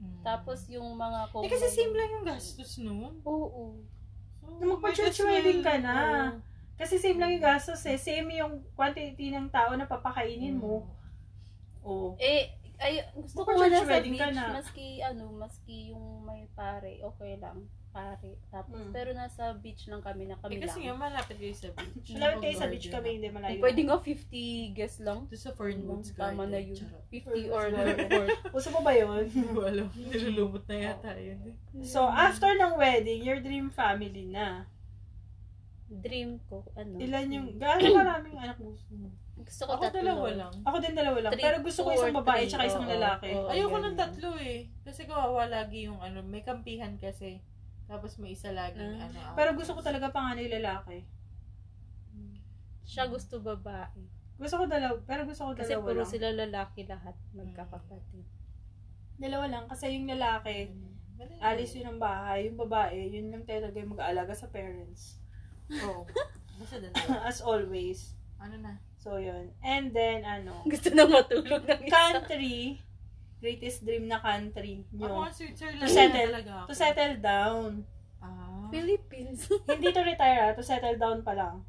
S1: Mm.
S2: Tapos yung mga ko.
S1: Eh kasi same lang yung gastos noon.
S2: Oo.
S1: So,
S3: Na magpa-church
S1: might as well-
S3: wedding ka na.
S2: oo.
S3: Kasi same lang yung gastos eh. Same yung quantity ng tao na papakainin mo. Oh. Oo.
S2: Eh, ay, gusto ko nga
S3: Baka church
S2: lang sa
S3: wedding
S2: beach,
S3: ka na.
S2: maski ano, maski yung may pare, okay lang, pare. Tapos,
S3: Mm.
S2: pero nasa beach lang kami na
S1: Eh
S2: kami
S1: kasi nga
S2: lang.
S1: malapit kayo sa beach.
S3: [LAUGHS] Malapit kayo sa beach kami, hindi malayo.
S2: Pwede nga 50 guests lang.
S1: Doon sa Fernwoods Garden.
S2: Tama na yun.
S1: Charot. [LAUGHS]
S2: 50 or
S3: Fernwood's
S2: more.
S3: Gusto mo ba yun?
S1: Hindi ko alam. Nilulumot na yata yun. eh.
S3: [LAUGHS] So,
S2: Hmm.
S3: after ng wedding, your dream family na.
S2: Dream ko, ano? Hmm.
S3: Ilan yung, gaano karaming anak mo? gusto mo?
S2: Gusto ko
S1: Ako
S2: tatlo.
S1: dalawa lang.
S3: Ako din dalawa lang.
S2: Three,
S3: Pero gusto
S2: two
S3: ko isang
S2: or
S3: babae
S2: three.
S3: tsaka isang
S2: Oo,
S3: lalaki.
S2: oo,
S1: Ayoko
S2: Oh, ganyan.
S1: ng tatlo eh. Kasi kawawa lagi yung ano, may kampihan kasi. Tapos may isa laging
S2: Ah.
S1: ano.
S3: Pero gusto ko talaga panganay lalaki.
S2: Siya gusto babae.
S3: Gusto ko dalawa, pero gusto ko
S2: Kasi
S3: dalawa
S2: puro
S3: lang. Hmm.
S2: sila lalaki lahat, magkakapatid.
S3: Dalawa lang kasi yung lalaki,
S1: Mali.
S3: alis yun ng bahay, yung babae, yun lang talaga yung mag-aalaga sa parents. [CLEARS THROAT]
S2: [LAUGHS]
S1: Oo. Oh. Basta dalawa.
S3: As always.
S1: Ano na?
S3: So, yun. And then, ano,
S2: [LAUGHS] Gusto na matulog ng isa.
S3: country, greatest dream na country
S1: Ako
S3: nyo.
S1: ang Switzerland.
S3: To settle.
S1: na Talaga ako.
S3: To settle down.
S1: Ah.
S2: Philippines. [LAUGHS]
S3: Hindi to retire, ah, to settle down pa lang.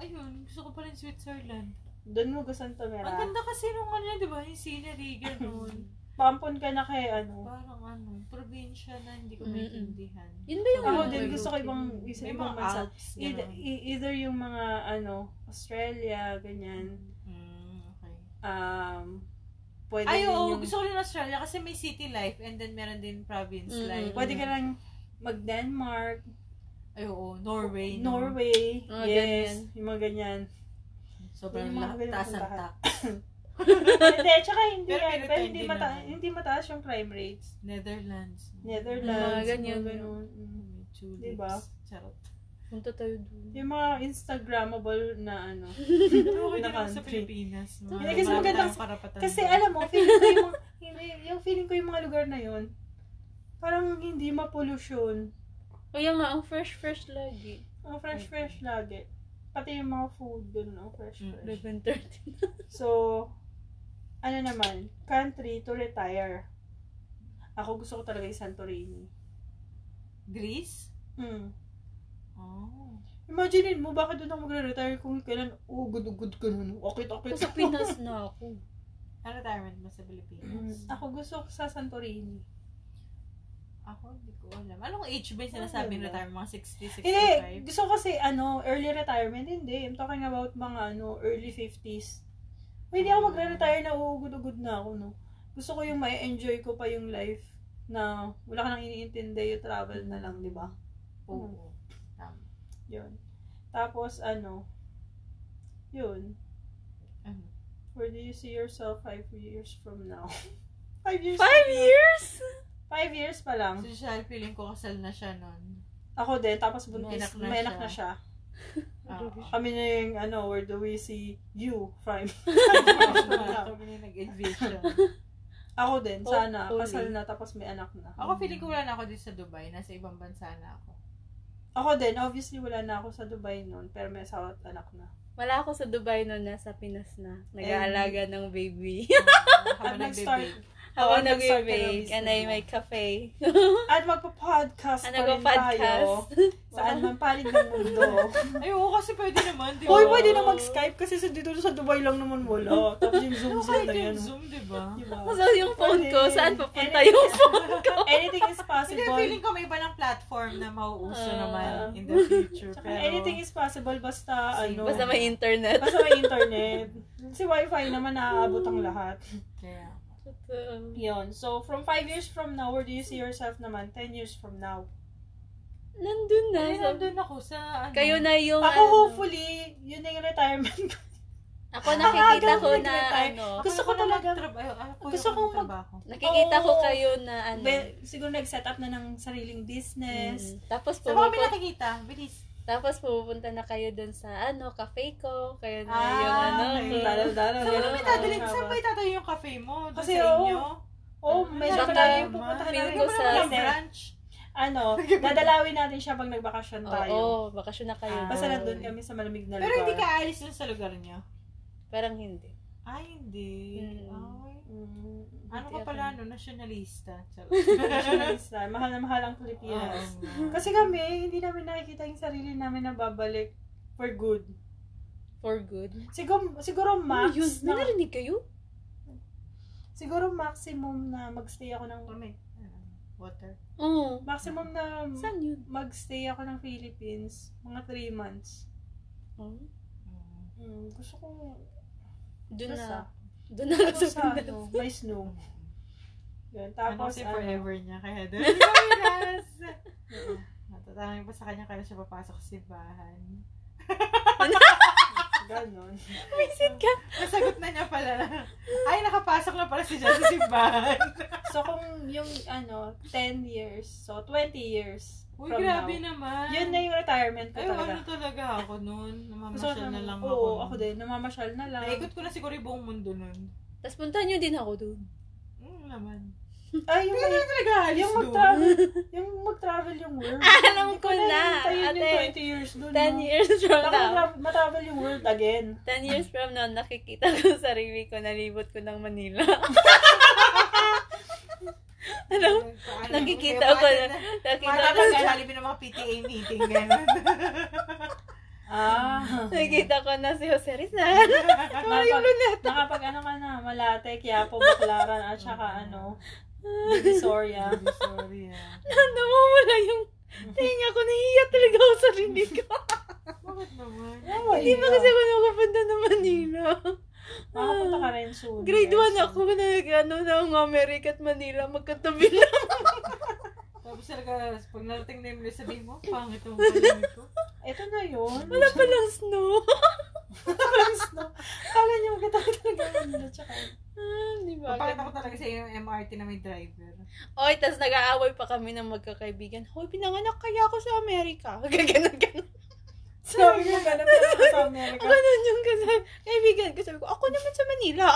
S1: Ayun, gusto ko pa rin Switzerland.
S3: Doon mo gusto to
S1: Ang
S3: mera.
S1: ganda kasi nung ano, di ba? Yung scenery,
S3: [LAUGHS]
S1: ganun.
S3: Pampon ka na kay ano.
S1: Parang ano, probinsya na hindi ko
S2: Mm-mm.
S1: maintindihan.
S2: Yun ba yung
S1: Ako
S2: ano,
S3: din,
S2: yung-
S3: gusto ko ibang isa
S1: May
S3: ibang
S1: mga
S3: bansa.
S1: Alps,
S3: Either,
S1: ganun.
S3: e- either yung mga ano, Australia, ganyan.
S1: Mm, okay.
S3: Um, pwede
S1: Ay,
S3: din
S1: oo,
S3: yung,
S1: gusto ko rin Australia kasi may city life and then meron din province
S2: Mm.
S1: life.
S3: pwede ka lang mag-Denmark,
S1: Ay, oo, Norway. no? Ah,
S3: Norway,
S2: Mga ganyan.
S3: yes, yung mga ganyan.
S1: Sobrang
S3: Yung mga
S1: lahat,
S3: ganyan
S1: taas ang
S3: puntahan.
S1: tax.
S3: hindi, tsaka
S1: [LAUGHS]
S3: hindi,
S1: Pero
S3: yan,
S1: pinatay
S3: pero hindi,
S1: din
S3: mata-
S1: naman.
S3: hindi mataas yung crime rates.
S1: Netherlands.
S3: Netherlands,
S1: Ah,
S2: Mga ganyan.
S3: mga ganun. Mm.
S1: May tulips.
S3: Diba?
S1: Charot.
S2: Punta tayo dun.
S3: Yung mga Instagrammable na ano.
S1: Pero okay
S3: Na
S1: din ako sa
S3: country. Eh,
S1: Pilipinas.
S2: Tama.
S1: Mga
S2: Kasi
S1: bata
S2: maganda
S1: ang karapatan.
S3: Kasi alam mo, feeling ko yung [LAUGHS] mga, hindi yung feeling ko yung mga lugar na yun, parang hindi ma-pollution.
S2: Kaya nga, ang fresh-fresh lagi.
S3: Ang
S1: Mm.
S3: fresh-fresh lagi. Pati yung mga food, ganun, ang fresh-fresh.
S2: 11.30.
S3: So, ano naman, country to retire. Ako gusto ko talaga yung Santorini.
S1: Greece?
S3: Mm.
S1: Oh.
S3: Imaginein mo, bakit doon ako magre-retire kung kailan ugod-ugod ka nun. Akit-akit.
S2: Sa Pinas na ako.
S1: Ang retirement mo sa Pilipinas?
S3: Hmm. Ako gusto ko sa Santorini.
S1: Ako, hindi ko alam. Anong age ba yung sinasabi
S3: Ano
S1: na
S3: ba?
S1: tayo? Mga 60, 65?
S3: Hindi, gusto ko kasi ano, early retirement. Hindi, I'm talking about mga ano, early 50s. Uy, Hindi ako magre-retire na uugod-ugod na ako, no? Gusto ko yung may enjoy ko pa yung life na wala ka nang iniintindi yung travel na lang, di ba?
S1: Oo.
S3: Mm.
S1: Tama.
S3: Yun. Tapos, ano, yun.
S1: Ano?
S3: Where do you see yourself five years from now? [LAUGHS] five years?
S2: Five years?
S3: Five years pa lang.
S1: So, siya, feeling ko kasal na siya nun.
S3: Ako din, tapos
S1: May
S3: buntis.
S1: anak na
S3: May anak
S1: siya.
S3: na siya.
S1: Oo. [LAUGHS]
S3: Kami na yung, ano, where do we see you from?
S1: Kami na nag-envision.
S3: [LAUGHS] Ako din,
S2: Oh,
S3: sana.
S2: holy.
S3: Kasal na, tapos may anak na.
S1: Ako, feeling ko wala na ako dito sa Dubai. Nasa ibang bansa na ako.
S3: Ako din, obviously wala na ako sa Dubai noon, pero may asawa at anak na.
S2: Wala ako sa Dubai noon, nasa Pinas na. Nag-aalaga ng baby.
S1: Habang
S3: At nag-start,
S1: nagbe-bake.
S2: [LAUGHS] Ako
S3: Oo, nag-start ka ng
S2: nag-bake, and I
S3: business mo.
S2: may
S3: [LAUGHS]
S2: cafe.
S3: at magpa-podcast
S2: Ah,
S3: pa rin tayo.
S2: nag-podcast.
S3: Saan man panig ng
S2: [LAUGHS]
S3: mundo.
S1: Ay, oo, kasi pwede naman, di ba?
S3: Hoy, pwede na mag-Skype kasi sa dito sa Dubai lang naman wala. Tapos yung
S1: Ano
S3: Zoom Zoom
S1: kahit
S3: na yan.
S1: yung Zoom, di ba?
S3: Diba?
S2: So, yung phone ko,
S3: Pwede.
S2: saan papunta
S3: Anything-
S2: yung phone?
S3: Anything is
S1: Hindi,
S3: possible.
S1: feeling ko may iba ng platform na mauuso
S2: Ah.
S1: naman in the future.
S3: Tsaka
S1: Pero,
S3: anything is possible basta
S1: Same.
S3: ano.
S2: Basta may internet.
S3: basta may internet. Si wifi naman naaabot ang lahat.
S1: Kaya,
S3: Yun. So, from 5 years from now, where do you see yourself naman 10 years from now?
S2: Nandun na.
S1: ay,
S2: sabi-
S1: nandun ako sa, ano,
S2: Kayo na yung
S3: Ako
S2: ano.
S3: hopefully, yun na yung retirement ko.
S2: Ako nakikita
S3: Ang aga
S2: ko
S3: mo
S2: na
S3: nag-retire.
S2: ano.
S3: Gusto ko talaga-
S1: gusto
S3: gusto
S1: ko
S3: kong mag-
S1: trabaho.
S2: Nakikita ko
S3: Oo.
S2: kayo na ano.
S3: Be, siguro nag-set up na ng sariling business.
S2: Mm. Tapos
S1: Sa mga may
S2: pumupunta,
S1: nakikita, bilis.
S2: tapos pupunta na kayo dun sa ano, cafe ko. Kayo na
S1: Ah,
S2: yung ano.
S3: okay.
S2: ko.
S3: Dalaw-dalaw,
S1: Saan mo may
S3: ganun tayo
S1: tatalig?
S3: habang-
S1: Saan ba itatayo yung cafe mo? Doon
S3: Kasi,
S1: sa
S3: oo.
S1: inyo?
S3: Oo, oh,
S1: Ano,
S3: medyo
S2: baka-
S3: marami yung pupuntahan
S2: feel
S3: natin.
S2: ko
S3: Hindi
S2: sa-
S3: mo
S1: Sa
S3: naman ang branch.
S1: branch.
S3: Ano,
S1: [LAUGHS]
S3: dadalawin natin siya pag nagbakasyon
S2: Oo,
S3: tayo.
S2: bakasyon na kayo.
S1: Ah.
S3: Basta
S2: dun.
S3: nandun kami sa malamig na lugar.
S1: Pero hindi ka aalis dun sa lugar niyo.
S2: Parang hindi.
S1: Ay, hindi.
S2: Mm.
S1: Ay.
S3: Mm,
S1: Ano
S2: Hindi
S1: ka
S2: ako-
S1: pala, no? Nasyonalista.
S3: [LAUGHS]
S1: Charot. [LAUGHS] Mm.
S3: nationalista. Mahal na mahal ang Pilipinas.
S1: Oo.
S3: Kasi kami, hindi namin nakikita yung sarili namin na babalik for good.
S2: For good.
S3: Siguro, siguro
S2: Ano
S3: max
S2: yun? May
S3: na,
S2: narinig kayo?
S3: siguro maximum na magstay ako ng
S1: Kami. ano, Water.
S2: Oo.
S3: maximum na
S2: Saan yun?
S3: magstay ako ng Philippines mga 3 months.
S2: Hmm?
S1: Mm.
S3: Mm, gusto ko
S2: Dun
S3: Basta.
S1: [LAUGHS]
S2: na. Dun na sa
S3: gusto sa
S2: Pinas.
S3: ano, may snow. Yun,
S1: Ano
S3: tapos
S1: kasi
S3: ano,
S1: forever niya kaya
S3: [LAUGHS]
S1: doon. Yes!
S3: oo.
S1: Natatangay pa sa kanya kaya siya papasok sa simbahan.
S3: ganon.
S2: Visit ka.
S1: Nasagot na niya pala. Ay, nakapasok na pala si John sa simbahan.
S3: So kung yung ano 10 years, so 20 years
S1: Uy,
S3: from
S1: grabe
S3: now.
S1: naman.
S3: Yun na yung retirement
S1: Ay,
S3: ko talaga.
S1: ano talaga ako nun.
S3: Gusto ko
S1: Namamasyal na
S3: ng-
S1: lang ako.
S3: oo,
S1: nun.
S3: ako din. Namamasyal na lang.
S1: Naikot ko na siguro yung buong mundo nun.
S2: Tapos punta nyo din ako dun.
S1: Mm, naman. ano?
S3: Ay, yung, may,
S1: Talaga, alis
S3: yung
S1: doon.
S3: mag-travel, yung mag-travel yung world.
S2: [LAUGHS] Alam
S3: Hindi
S2: ko na,
S3: hintayin
S2: ate.
S3: yung 20 years doon.
S2: 10 years from
S3: Baka
S2: now.
S3: matravel, matravel yung world again.
S2: 10 years from now, nakikita ko ang sarili ko, nalibot ko ng
S3: [LAUGHS]
S2: Manila. Alam,
S1: Paano?
S2: nakikita
S1: Kaya
S2: ko na,
S1: paano
S2: nakita
S1: Para
S2: ko,
S1: pag lalabin ng mga PTA meeting, [LAUGHS] gano'n.
S3: Ah.
S2: [LAUGHS] nakikita ko na si Jose Rizal. [LAUGHS]
S3: Nakapag, nakapag ano ka na, Malate, Quiapo, Baclaran, at
S2: [LAUGHS]
S3: saka ano, Divisoria.
S1: Sorry ah.
S2: Namumula yung tinga ko, nahiya talaga ako sa sarili ko.
S3: [LAUGHS]
S1: Bakit naman?
S2: Hindi pa kasi ako nakapunta ng Manila.
S3: Makapunta ka rin soon.
S2: Grade
S3: guys.
S2: 1 ako na nag-ano na ang America at Manila, magkatabi na.
S1: Tapos talaga, pag narating na yung muli, sabihin mo, pangit ang palang ito.
S3: Ito na yun.
S2: Wala pa lang snow. [LAUGHS]
S3: Friends, no? Kala niyo maganda ka talaga ano, yun. At saka,
S2: Ah, Di ba?
S1: Papakita ko talaga sa iyo yung MRT na may driver.
S2: Oy, tas nag-aaway pa kami ng magkakaibigan. Hoy, pinanganak kaya ako sa Amerika. [LAUGHS] Gaganan, ganan.
S3: sabi ko ganun pa sa Amerika.
S2: Ganan yung [LAUGHS] kasi- kaibigan ko. Sabi ko, ako naman sa Manila.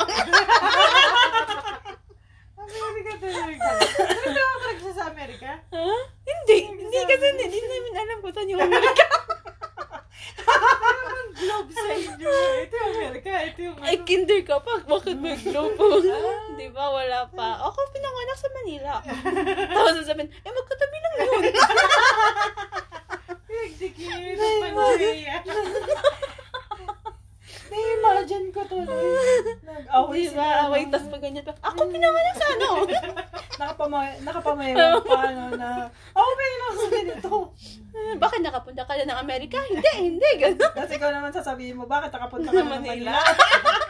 S1: Sabi ko, talaga. Ano ka talaga siya sa Amerika?
S2: Ha? Hindi, hindi kasi hindi, hindi namin alam kung saan yung [LAUGHS] Amerika.
S1: Globe sa inyo. Ito yung Amerika. Ito yung ano.
S2: Ay, kinder ka pa. Bakit may globo? Di ba? Wala pa. Ako, pinanganak sa Manila. [LAUGHS] Tapos sasabihin, eh, magkatabi lang yun.
S1: Pinagdikit.
S2: Ay,
S1: Pandoya.
S3: Na-imagine ko [LAUGHS] tuloy. Nag-away
S2: Di ba? Away, tapos pag ganyan pa, ako pinanganak sa ano? [LAUGHS]
S3: Nakapamay, nakapamayroon pa, ano, na, oh, may lang sa ganito.
S2: Bakit nakapunta ka na ng Amerika? Hindi, hindi. Ganun.
S3: Tapos ikaw naman sasabihin mo, bakit nakapunta ka na ng
S2: Manila.
S3: Manila?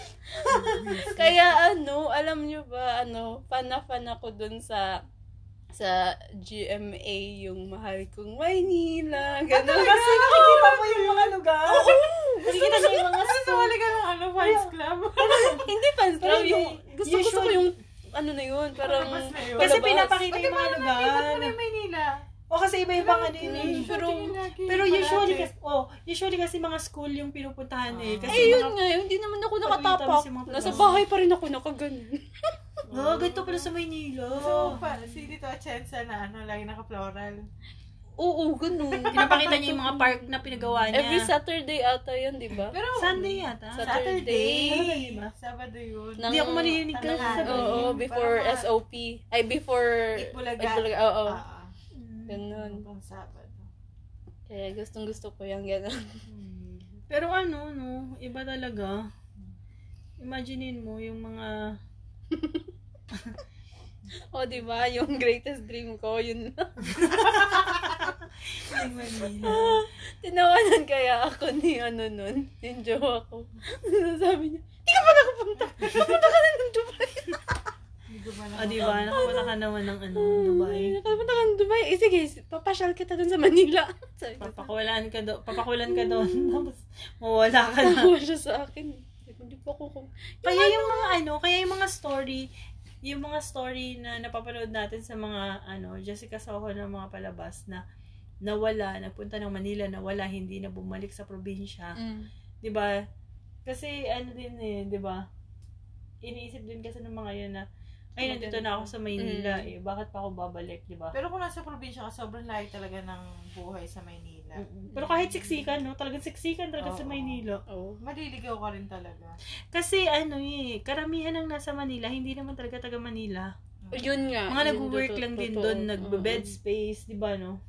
S3: [LAUGHS]
S2: [LAUGHS] Kaya ano, alam nyo ba, ano, fan na fan ako dun sa sa GMA yung mahal kong Maynila. Ganun.
S3: Kasi nakikita mo yung mga lugar.
S2: Nakikita ko yung [LAUGHS] mga
S1: Ano wala ka ng ano, Vice Club?
S2: Hindi fans
S3: Pero
S2: club. Yung, gusto,
S3: you
S2: gusto ko
S3: should-
S2: yung ano na yun. Parang,
S1: Palabas na yun.
S3: Kasi
S2: palabas.
S3: pinapakita yung mga lugar.
S1: Ano yung Maynila?
S3: O kasi iba-ibang ano yun eh.
S2: Pero-
S3: Pero usually kasi, oh, usually kasi mga school yung pinupuntahan eh. Kasi
S2: eh, yun
S3: mga,
S2: nga, hindi naman ako
S3: Pag-iitabi
S2: nakatapak.
S3: sa mga palabas.
S2: Nasa bahay pa rin ako nakaganyan.
S3: oh, ganito pala sa Maynila.
S1: So, pa, si Tito Achenza na ano, lagi naka-floral.
S2: [LAUGHS] Oo, [LAUGHS] ganun.
S3: Pinapakita niya yung mga park na pinagawa niya.
S2: Every Saturday ata yun, di ba?
S1: Pero,
S3: Sunday yata.
S2: Sa-
S1: Saturday.
S2: Saturday.
S3: Ano yun ba?
S1: Sabado yun.
S2: Nang-
S3: Hindi ako marinig kasi
S1: Tanghali.
S3: sa
S2: Oo,
S1: Ganun.
S2: before
S1: Parang mga-
S2: SOP. Ay, before...
S1: Itbulaga.
S2: Itbulaga, oo.
S1: Ah,
S2: Ganun.
S1: pang Sabado.
S2: Kaya Eh, gustong gusto ko yung gano'n.
S3: Pero ano, no, iba talaga. Imaginein mo yung mga
S2: [LAUGHS] O, di ba? Yung greatest dream ko, yun lang. [LAUGHS]
S3: yung Manila.
S2: Tinawanan kaya ako ni ano nun, yung jowa ko. [LAUGHS] Sabi niya, di ka pa nakapunta. Napunta ka na ng Dubai. [LAUGHS]
S1: Hindi ko ba
S3: O, diba? Nakawala ka naman ng ano, Dubai.
S2: Nakapunta ka ng Dubai. Eh, sige, papasyal kita dun sa Manila. [LAUGHS] Sabi ko,
S3: Papakulan ka doon. Papakulan ka doon. [LAUGHS] Tapos, mawala ka na.
S2: tawa siya sa akin. Sabi ko, Hindi pa ako kung...
S3: Kaya yung mga ano, kaya yung mga story, yung mga story na napapanood natin sa mga ano, Jessica Soho ng mga palabas na nawala, napunta ng Manila, nawala, hindi na bumalik sa probinsya. 'Di ba? Diba? Kasi ano din eh, 'di ba? Iniisip din kasi ng mga yun na ay nandito na ako sa Maynila
S2: Mm.
S3: eh, bakit pa ako babalik, diba? 'di ba?
S1: Pero kung nasa probinsya ka, sobrang layo talaga ng buhay sa Maynila.
S3: Mm-mm. Pero kahit siksikan, no? Talagang siksikan talaga
S1: Oo.
S3: sa Maynila.
S2: Oo.
S1: Maliligaw ka rin talaga.
S3: Kasi ano eh, karamihan ng nasa Manila, hindi naman talaga taga Manila.
S2: Yun nga. Ah,
S3: Mga
S2: yun,
S3: nag-work
S2: totoo-
S3: lang din
S2: totoo. Mm-hmm.
S3: doon, nagbe-bed
S2: Oo.
S3: space, di
S2: [LAUGHS]
S3: ba no?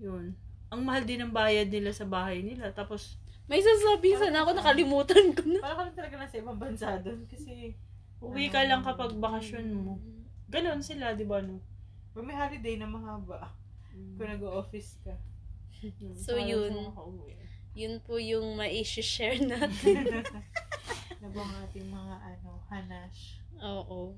S3: Yun. Ang mahal din ang bayad nila sa bahay nila. Tapos,
S2: May sasabihin sana ako, nakalimutan ko na.
S1: Parang ka rin talaga nasa ibang bansa doon kasi
S3: uwi
S2: Ah.
S3: ka lang kapag bakasyon mo. Ganon sila, di ba no?
S1: pag may holiday na mahaba, kung nag-office
S2: [LAUGHS]
S1: ka.
S3: Yun,
S2: Mm. So,
S3: parang
S2: yun.
S3: sa mga kauwi.
S2: Yun po yung ma-share natin.
S3: [LAUGHS]
S1: Nabang ating mga ano, hanash.
S2: Oo.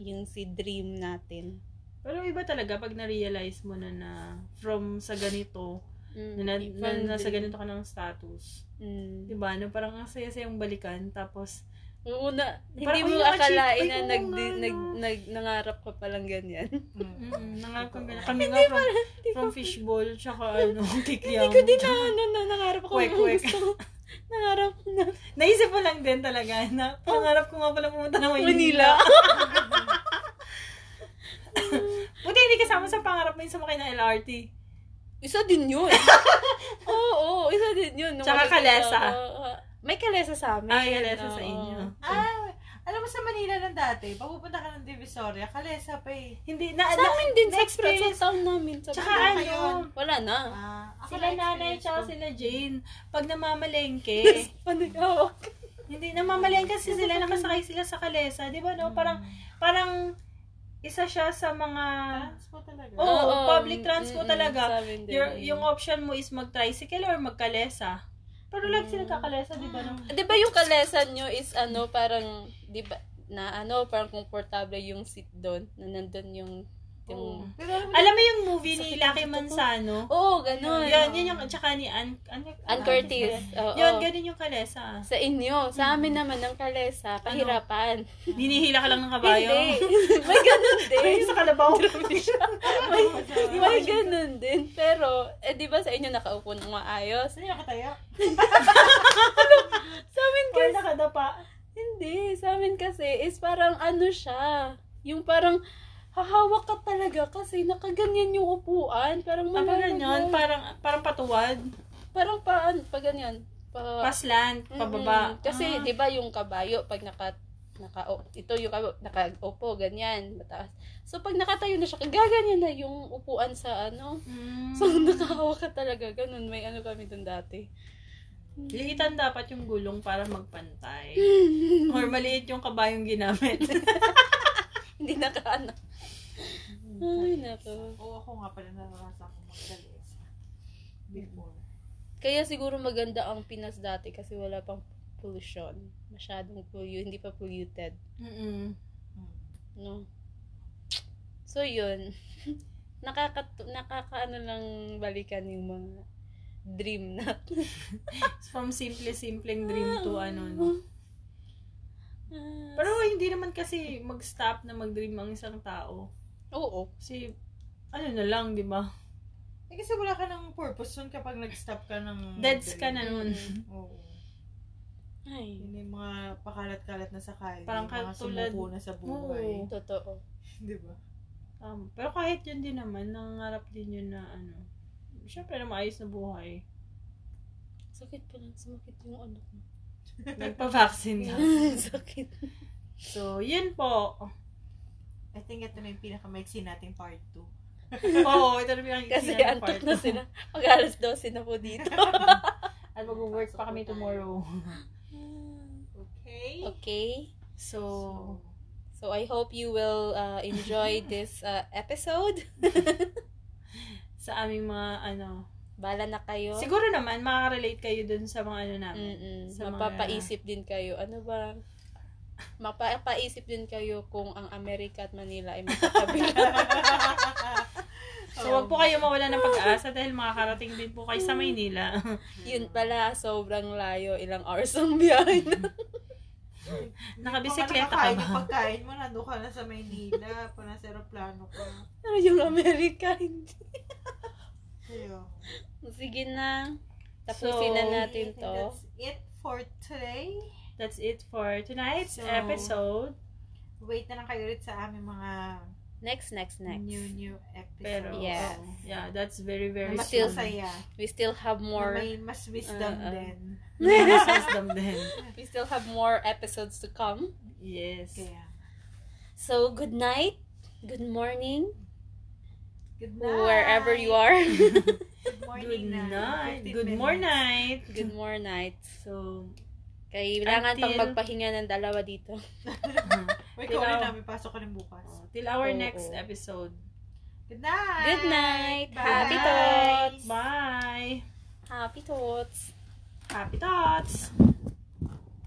S2: Yung si dream natin.
S3: Pero iba talaga pag na-realize mo na na from sa ganito,
S2: Mm,
S3: na, na,
S2: yung
S3: na-
S2: fun
S3: nasa
S2: dream.
S3: ganito ka ng status.
S2: Mm.
S3: Di ba? No? Parang ang saya-sayang balikan. Tapos,
S2: Oo na, hindi
S3: Parang,
S2: mo
S3: "Uy, na-achieve
S2: akalain
S3: ko
S2: na
S3: yun,
S2: nag,
S3: nga,
S2: nag,
S3: no?"
S2: nag, nangarap ka palang ganyan.
S1: Mm.
S2: [LAUGHS]
S3: Mm, nangako
S1: Totoo.
S3: nga. Kami nga from, from fishball, tsaka ano,
S2: Hindi
S3: kikiam.
S2: ko din na, ano, na, nangarap ako
S3: Kwek,
S2: ng
S3: kwek.
S2: gusto ko. Nangarap ko na
S3: Naisip ko lang din talaga na pangarap ko nga pala pumunta ng
S2: Manila.
S3: Manila. [LAUGHS] Buti hindi kasama sa pangarap mo yung sumakay ng LRT.
S2: isa din yun. [LAUGHS] Oo, oo, isa din yun. Nung
S3: Tsaka
S2: makikita
S3: kalesa.
S2: ko, ah, may kalesa sa amin.
S3: Ay, alesa sa
S2: Oo.
S3: inyo.
S1: Ah, alam mo sa Manila ng dati, pag pupunta ka ng Divisoria, kalesa pa eh.
S3: Hindi, na,
S2: Sa
S3: na
S2: amin din, sa, sa
S3: Na-experience.
S2: town namin. Sa
S3: tsaka
S2: Bulacan.
S3: ano,
S1: yun.
S2: Wala na.
S1: Ah, ako
S3: sila nanay
S1: na-experience
S3: tsaka
S1: ko.
S3: sila Jane, pag namamalengke,
S2: Panagawak.
S3: hindi, namamalengke kasi sila, nakasakay sila sa kalesa, di
S2: Mm.
S3: ba no? Parang, parang, isa siya sa mga,
S1: Transpo talaga.
S2: Oh.
S3: Oo, public transport talaga. your, yung
S2: yung...
S3: option mo is mag-tricycle or magkalesa. Pero lagi sila kakalesa, di ba no?
S2: Di ba yung kalesa nyo is ano, parang, di ba, na ano, parang komportable yung seat doon, na nandun yung, yung...
S1: Oo. Pero alam mo,
S3: Alam mo yung movie ni Lucky Manzano?
S2: Oo, ganun.
S3: Yan, yun yung, tsaka ni Ann, ano,
S2: Ann Curtis. Oo.
S3: Yun, ganun yung kalesa.
S2: Sa inyo. Sa amin naman, ang
S3: Ano?
S2: kalesa, pahirapan.
S3: Hinihila ka lang ng kabayo.
S2: Hindi. [LAUGHS] May ganun din.
S3: [LAUGHS] Ay, sa kalabaw.
S2: [LAUGHS] may, may ganun din. Pero, eh, di ba sa inyo nakaupo ng maayos?
S1: saan yung nakatayo?
S2: [LAUGHS] Sa amin
S3: Or
S2: kasi,
S3: nakadapa.
S2: hindi. Sa Sa amin kasi is parang ano siya, yung parang hahawak ka talaga kasi nakaganyan yung upuan. Parang
S3: Ang
S2: malalayo.
S3: ganyan, parang, parang patuwad.
S2: parang paan, pa ganyan. Pa,
S3: Paslan,
S2: Mm-mm.
S3: pababa.
S2: Kasi
S3: Ah.
S2: 'di ba yung kabayo pag naka naka o- ito yung kabayo, nakaupo ganyan, mataas. So pag nakatayo na siya, gaganyan na yung upuan sa ano.
S3: Mm.
S2: So nakahawak ka talaga ganun. May ano kami dun dati.
S3: Liitan dapat yung gulong para
S2: [LAUGHS]
S3: magpantay. Or maliit yung kabayong ginamit.
S2: Hindi nakaano.
S3: Hmm.
S2: Ay, nako.
S1: Oo, ako nga pala naranasan akong magkalesa.
S2: Mm.
S1: Before.
S2: Kaya siguro maganda ang Pinas dati kasi wala pang pollution. Masyadong polluted, hindi pa polluted,
S3: Mm-mm.
S1: Hmm.
S2: no? So, yun. [LAUGHS] Nakaka, nakakaano lang balikan yung mga dream na. [LAUGHS]
S3: From simple-simpleng dream to
S2: Ah.
S3: ano, no? Pero hindi naman kasi mag-stop na mag-dream ang isang tao.
S2: oo.
S3: Kasi, ano na lang, di ba?
S1: Eh, kasi wala ka ng purpose nun kapag nag-stop ka ng...
S2: Mm,
S3: Deads ka na nun.
S1: Oo.
S2: Ay,
S1: Yun yung mga pakalat-kalat na sakay.
S3: Parang
S1: yung mga
S3: katulad-
S1: sumuko na sa buhay.
S3: Oo.
S2: totoo.
S1: [LAUGHS] Di ba?
S3: Um, pero kahit yun din naman, nangangarap din yun na ano. Siyempre na maayos na buhay.
S2: Sakit pa lang, sumakit yung ano ko. [LAUGHS]
S3: Nagpa-vaccine ka.
S2: Sakit.
S3: So, yun po. [LAUGHS]
S1: I think ito na yung pinakamaiksi nating part 2.
S3: Oo, ito na pinakikita
S2: Kasi
S3: ng ano, part
S2: antok na
S3: two.
S2: sila. Mag-alas 12 na po
S3: [LAUGHS]
S2: dito. [LAUGHS]
S3: At mag-work pa kami tomorrow.
S1: Okay?
S2: okay.
S1: [LAUGHS]
S3: So,
S2: So I hope you will uh, enjoy this uh, episode.
S3: sa aming mga ano,
S2: Bala na kayo.
S3: siguro naman makaka-relate kayo dun sa mga ano namin.
S2: Mm-mm.
S3: Sa mga-
S2: Mapapaisip din kayo. Ano ba? Mapapaisip din kayo kung ang Amerika at Manila ay [LAUGHS] magkakabila.
S1: Mm.
S3: So, wag
S1: Oh.
S3: po kayo mawala ng pag-asa dahil makakarating din po kayo sa Maynila. [LAUGHS]
S2: Yun pala, sobrang layo. Ilang hours ang biyahe [LAUGHS] na.
S3: Nakabisikleta ka
S1: Pagkakain
S3: ba?
S1: yung Pagkain mo, nandun ka na sa Maynila, pa nasa aeroplano ka.
S2: Pero yung Amerika, hindi.
S1: Ayun.
S2: Sige na. Tapusin
S3: So,
S2: na natin
S1: And
S2: to.
S1: That's it for today.
S3: That's it for tonight's
S1: So,
S3: episode.
S1: Wait na lang kayo ulit sa aming mga
S2: Next, next, next.
S1: new new episodes.
S3: Pero,
S2: Yes.
S3: oh, yeah, that's very,
S1: Na
S3: very
S1: Mas
S2: Still-
S3: [LAUGHS] soon.
S1: masaya.
S2: We still have
S1: Na
S2: more. [LAUGHS]
S1: May mas wisdom
S2: Uh, uh.
S1: din.
S3: Mas wisdom din.
S2: We still have more episodes to come.
S3: Yes.
S1: Kaya,
S2: So, good night. Good morning.
S1: good night.
S2: Wherever you [LAUGHS] are.
S1: Good morning
S3: Good
S1: na.
S3: night.
S1: 15
S3: Good
S1: minutes.
S3: more night.
S2: good more night.
S3: So,
S2: Kailangan pang
S3: Until-
S2: magpahinga ng dalawa dito.
S1: [LAUGHS] Wait, ikaw ulit
S3: Dilaw.
S1: namin. Pasok ka rin bukas.
S3: uh-huh. till our
S2: Oo.
S3: next episode.
S1: Good night.
S2: Good night.
S1: Bye.
S2: Happy thoughts.
S3: Bye!
S2: Happy thoughts.
S3: Happy thoughts!